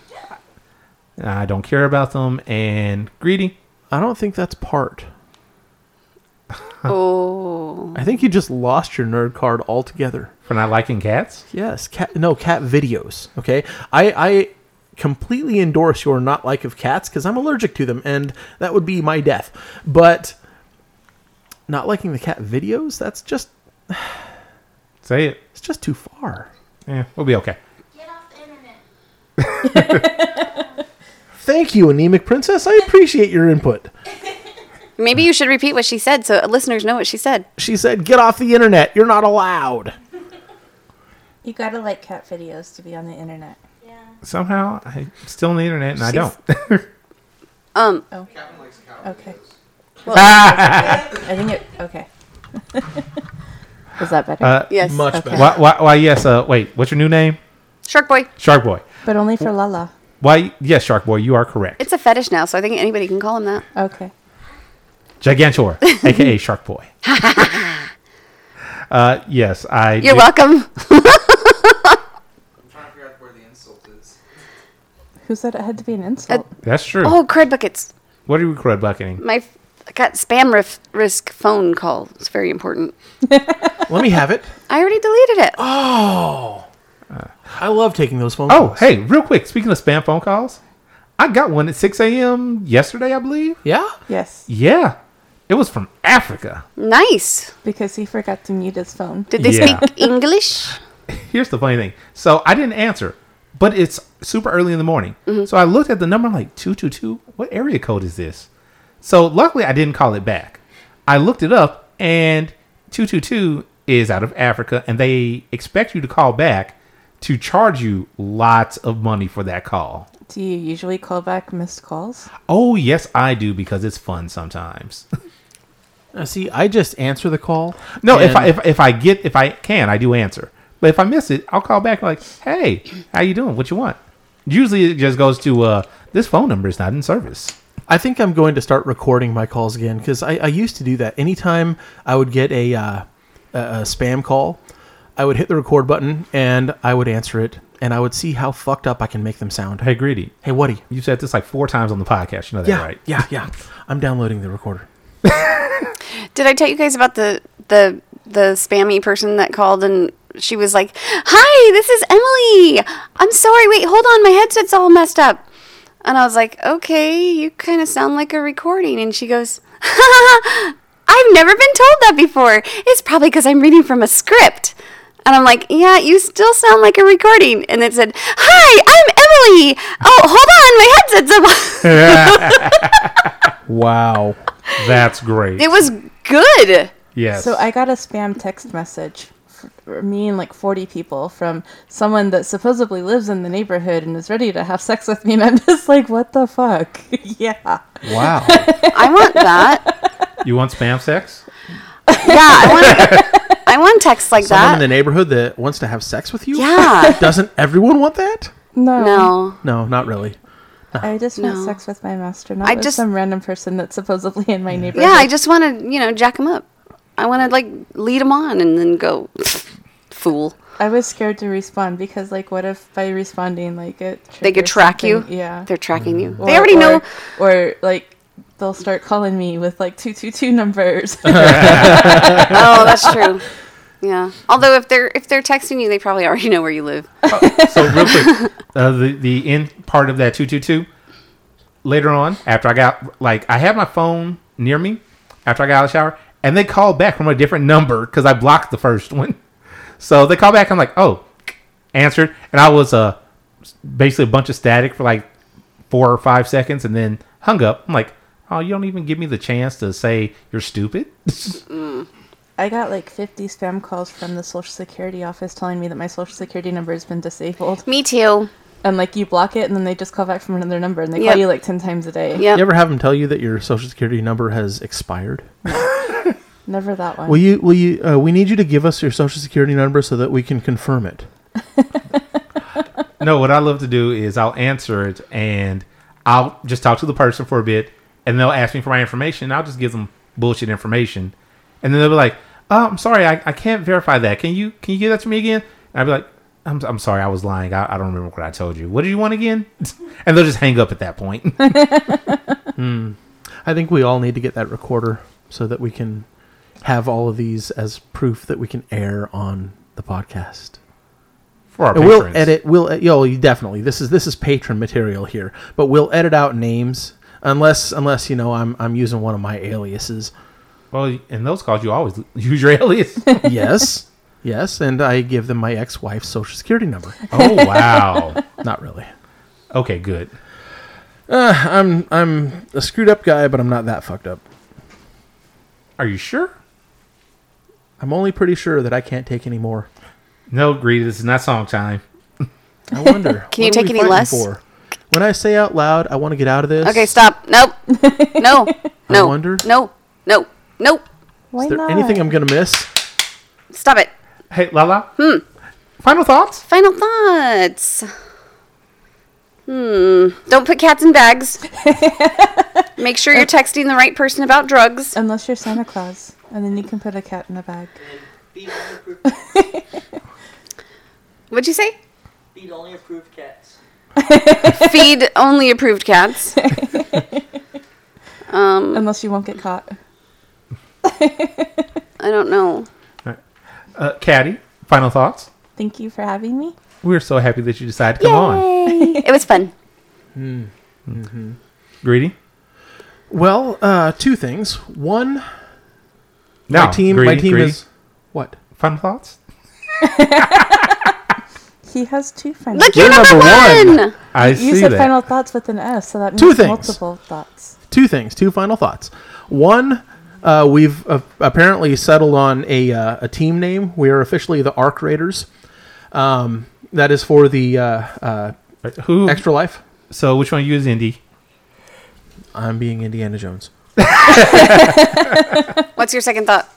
I don't care about them and greedy. I don't think that's part. Oh. I think you just lost your nerd card altogether. For not liking cats? Yes, cat. No, cat videos. Okay, I I completely endorse your not like of cats because I'm allergic to them, and that would be my death. But not liking the cat videos, that's just Say it. it's just too far. Yeah, we'll be okay. Get off the internet. Thank you, anemic princess. I appreciate your input. Maybe you should repeat what she said so listeners know what she said. She said, "Get off the internet. You're not allowed." You gotta like cat videos to be on the internet. Somehow I'm still on the internet and I don't. Okay. I think it. Okay. Is that better? Uh, Yes. Much better. why, why, why, yes, uh, wait, what's your new name? Shark Boy. Shark Boy. but only for Lala. Why, yes, Shark Boy, you are correct. It's a fetish now, so I think anybody can call him that. Okay. Gigantor, aka Shark Boy. uh, yes, I. You're do- welcome. I'm trying to figure out where the insult is. Who said it had to be an insult? That's true. Oh, cred buckets. What are you crud bucketing? My f- I got spam rif- risk phone call. It's very important. Let me have it. I already deleted it. I love taking those phone Oh, calls. hey, real quick, speaking of spam phone calls, I got one at 6 a.m. yesterday, I believe. yeah. yes, Yeah. It was from Africa. Nice. because he forgot to mute his phone. Did they Yeah. speak English? Here's the funny thing. So I didn't answer, but it's super early in the morning. So I looked at the number, I'm like, 222? What area code is this? So luckily, I didn't call it back. I looked it up, and 222 is out of Africa, and they expect you to call back to charge you lots of money for that call. Do you usually call back missed calls? Oh, yes, I do because it's fun sometimes. Uh, see, I just answer the call. No, if I and- if, if I get if I can, I do answer. But if I miss it, I'll call back like, "Hey, how you doing? What you want?" Usually it just goes to uh, this phone number is not in service. I think I'm going to start recording my calls again because I, I used to do that. Anytime I would get a, uh, a, a spam call, I would hit the record button and I would answer it and I would see how fucked up I can make them sound. Hey, Hey, Greedy, hey, Woody. you said this like four times on the podcast. You know that, Yeah, right? yeah, yeah. I'm downloading the recorder. Did I tell you guys about the the the spammy person that called and she was like, "Hi, this is Emily. I'm sorry. Wait, hold on. My headset's all messed up." And I was like, "Okay, you kind of sound like a recording." And she goes, "I've never been told that before. It's probably because I'm reading from a script." And I'm like, "Yeah, you still sound like a recording." And it said, "Hi, I'm Emily. Oh, hold on. My headset's up." Wow, that's great. it was good. yes. So I got a spam text message, f- for me and like 40 people, from someone that supposedly lives in the neighborhood and is ready to have sex with me. And I'm just like, what the fuck? yeah. Wow. I want that. you want spam sex? Yeah, I want I want texts like Someone in the that. neighborhood that wants to have sex with you? Yeah. Doesn't everyone want that? No. No. No, not really. I just want No. sex with my master, not I with just- some random person that's supposedly in my neighborhood. Yeah, I just want to, you know, jack them up. I want to like lead them on and then go fool. I was scared to respond because, like, what if by responding, like, it They could triggers track you. something? Yeah. They're tracking you. Or- they already or- know. Or like they'll start calling me with like two two two numbers. Oh, that's true. Yeah. Although if they're if they're texting you, they probably already know where you live. So real quick, uh, the the end part of that two two two. Later on, after I got like I had my phone near me, after I got out of the shower, and they called back from a different number because I blocked the first one. So they called back. I'm like, oh, answered, and I was uh basically a bunch of static for like four or five seconds, and then hung up. I'm like, oh, you don't even give me the chance to say you're stupid. I got like 50 spam calls from the social security office telling me that my social security number has been disabled. Me too. And like you block it and then they just call back from another number and they Yep. call you like 10 times a day. Yep. You ever have them tell you that your social security number has expired? Never that one. Will you? Will you? Uh, we need you to give us your social security number so that we can confirm it. no, what I love to do is I'll answer it and I'll just talk to the person for a bit and they'll ask me for my information. I'll just give them bullshit information. And then they'll be like, oh, I'm sorry, I, I can't verify that. Can you can you give that to me again? And I'll be like, I'm, I'm sorry, I was lying. I, I don't remember what I told you. What did you want again? and they'll just hang up at that point. I think we all need to get that recorder so that we can have all of these as proof that we can air on the podcast. for our And we'll patrons. edit. We'll yo you definitely. This is this is patron material here, but we'll edit out names unless unless you know I'm I'm using one of my aliases. Well, in those calls, you always use your alias. yes, yes, and I give them my ex-wife's social security number. oh, wow. Not really. Okay, good. I'm I'm a screwed up guy, but I'm not that fucked up. Are you sure? I'm only pretty sure that I can't take any more. No, Greedy, this is not song time. I wonder. Can you what are take any we fighting less? When I say out loud, I want to get out of this. Okay, stop. Nope. No. No. wonder. No. No. Nope. Why Is there not? anything I'm gonna miss? Stop it. Hey, Lala. Hmm. Final thoughts? Final thoughts. Hmm. Don't put cats in bags. Make sure you're texting the right person about drugs. Unless you're Santa Claus and then you can put a cat in a bag. Beat only approved, What'd you say? beat only approved cats. Feed only approved cats. Unless you won't get caught. I don't know. Uh, Caddy, final thoughts? Thank you for having me. We're so happy that you decided to come on. It was fun. Greedy? Well, uh, two things. One, No. my team. my Greedy, team Greedy. is what? Final thoughts? He has two friends. Look, you're You're number, number one. one. I you said final thoughts with an S, so that means Two things. multiple thoughts. two things, two final thoughts. One, uh, we've uh, apparently settled on a, uh, a team name. We are officially the Arc Raiders. Um, that is for the uh, uh, Who? Extra Life. So which one you use, Indy? I'm being Indiana Jones. What's your second thought?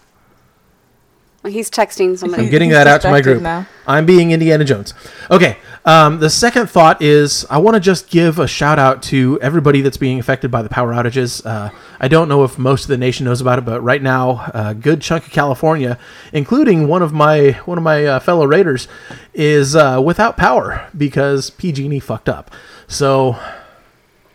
Well, he's texting somebody. getting He's that out to my distracted group. Now. I'm being Indiana Jones. Okay. Um, the second thought is I want to just give a shout out to everybody that's being affected by the power outages. Uh, I don't know if most of the nation knows about it, but right now, a good chunk of California, including one of my one of my uh, fellow Raiders, is uh, without power because PG&E fucked up. So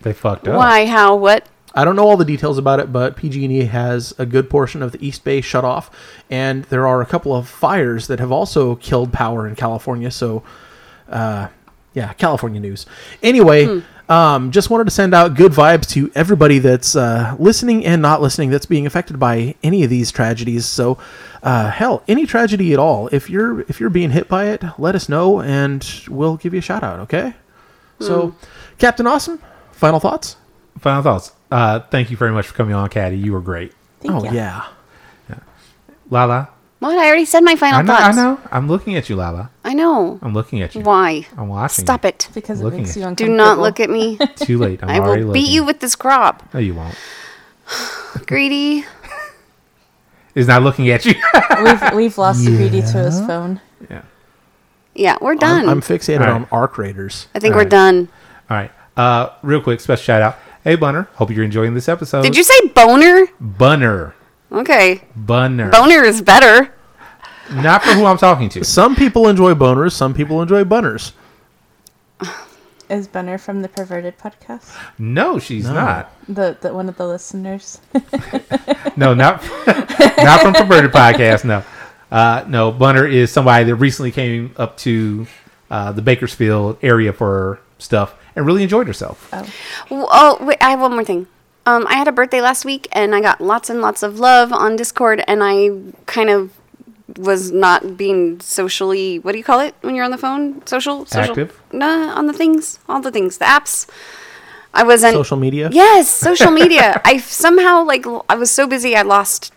They fucked up. Why? How? What? I don't know all the details about it, but PG&E E has a good portion of the East Bay shut off, and there are a couple of fires that have also killed power in California. So, uh, yeah, California news. Anyway, um, just wanted to send out good vibes to everybody that's uh, listening and not listening that's being affected by any of these tragedies. So, uh, hell, any tragedy at all, if you're if you're being hit by it, let us know, and we'll give you a shout out. Okay. So, Captain Awesome, final thoughts. Final thoughts. Uh, thank you very much for coming on, Caddy. You were great. Thank oh ya. yeah. Lala. What? I already said my final I know, I thoughts. know. I'm looking at you, Lala. I know. I'm looking at you. Why? I'm watching. Stop it. Because it Looking makes at you you. Do uncomfortable. not look at me. it. Too late. I'm I already will beat looking. you with this crop. No, you won't. Greedy. Is not looking at you. We've, we've lost Greedy to his phone. Yeah, we're done. I'm, I'm fixated All right. on Arc Raiders. I think All we're right. done. All right. Uh, real quick, special shout out. Hey, Bunner. Hope you're enjoying this episode. Did you say boner? Bunner. Okay. Bunner. Boner is better. Not for who I'm talking to. Some people enjoy boners, some people enjoy bunners. Is Benner from the Perverted podcast? No, she's not. The, the one of the listeners. No, not not from Perverted Podcast. No, uh, no. Bunner is somebody that recently came up to uh, the Bakersfield area for stuff and really enjoyed herself. W- Oh, wait, I have one more thing. Um, I had a birthday last week and I got lots and lots of love on Discord and I kind of was not being socially what do you call it when you're on the phone? Social? social Active? Nah, on the things, all the things, the apps. I wasn't Social media. Yes, social media. I f- somehow like l- I was so busy I lost.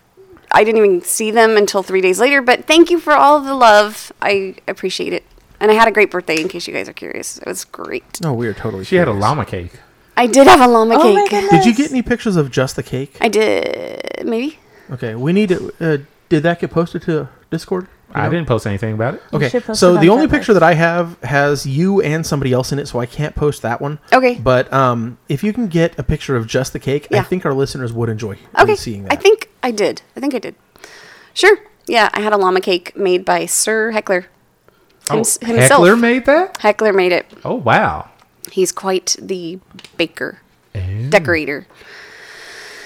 I didn't even see them until three days later. But thank you for all of the love. I appreciate it, and I had a great birthday. In case you guys are curious, it was great. No, Oh, we are totally. She had a curious. llama cake. I did have a llama Oh my cake. goodness. Did you get any pictures of just the cake? I did maybe. Okay, we need to. Uh, did that get posted to Discord? I didn't post anything about it. Okay, should post so it on the only Fanboys. picture that I have has you and somebody else in it, so I can't post that one. Okay. But um, if you can get a picture of just the cake, I Yeah. think our listeners would enjoy Okay, seeing that. I think I did. I think I did. Sure. Yeah, I had a llama cake made by Sir Heckler Oh, hims- himself. Heckler made that. Heckler made it. Oh wow, He's quite the baker, decorator.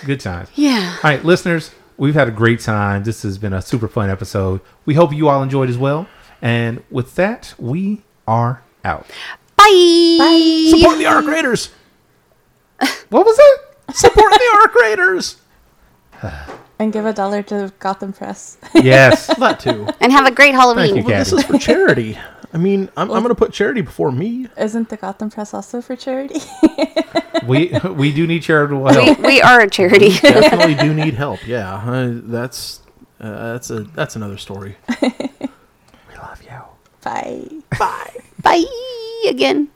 good times. Yeah. All right, listeners, we've had a great time. This has been a super fun episode. We hope you all enjoyed as well. And with that, we are out. Bye. support the Arc Raiders. What was that? Support the Arc Raiders. And give a dollar to Gotham Press. Yes. That too. And have a great Halloween. Thank you, This Kathy. is for charity. I mean, I'm, I'm going to put charity before me. Isn't the Gotham Press also for charity? we we do need charitable help. we, we are a charity. definitely do need help. Yeah, I, that's uh, that's a that's another story. Bye. Bye again.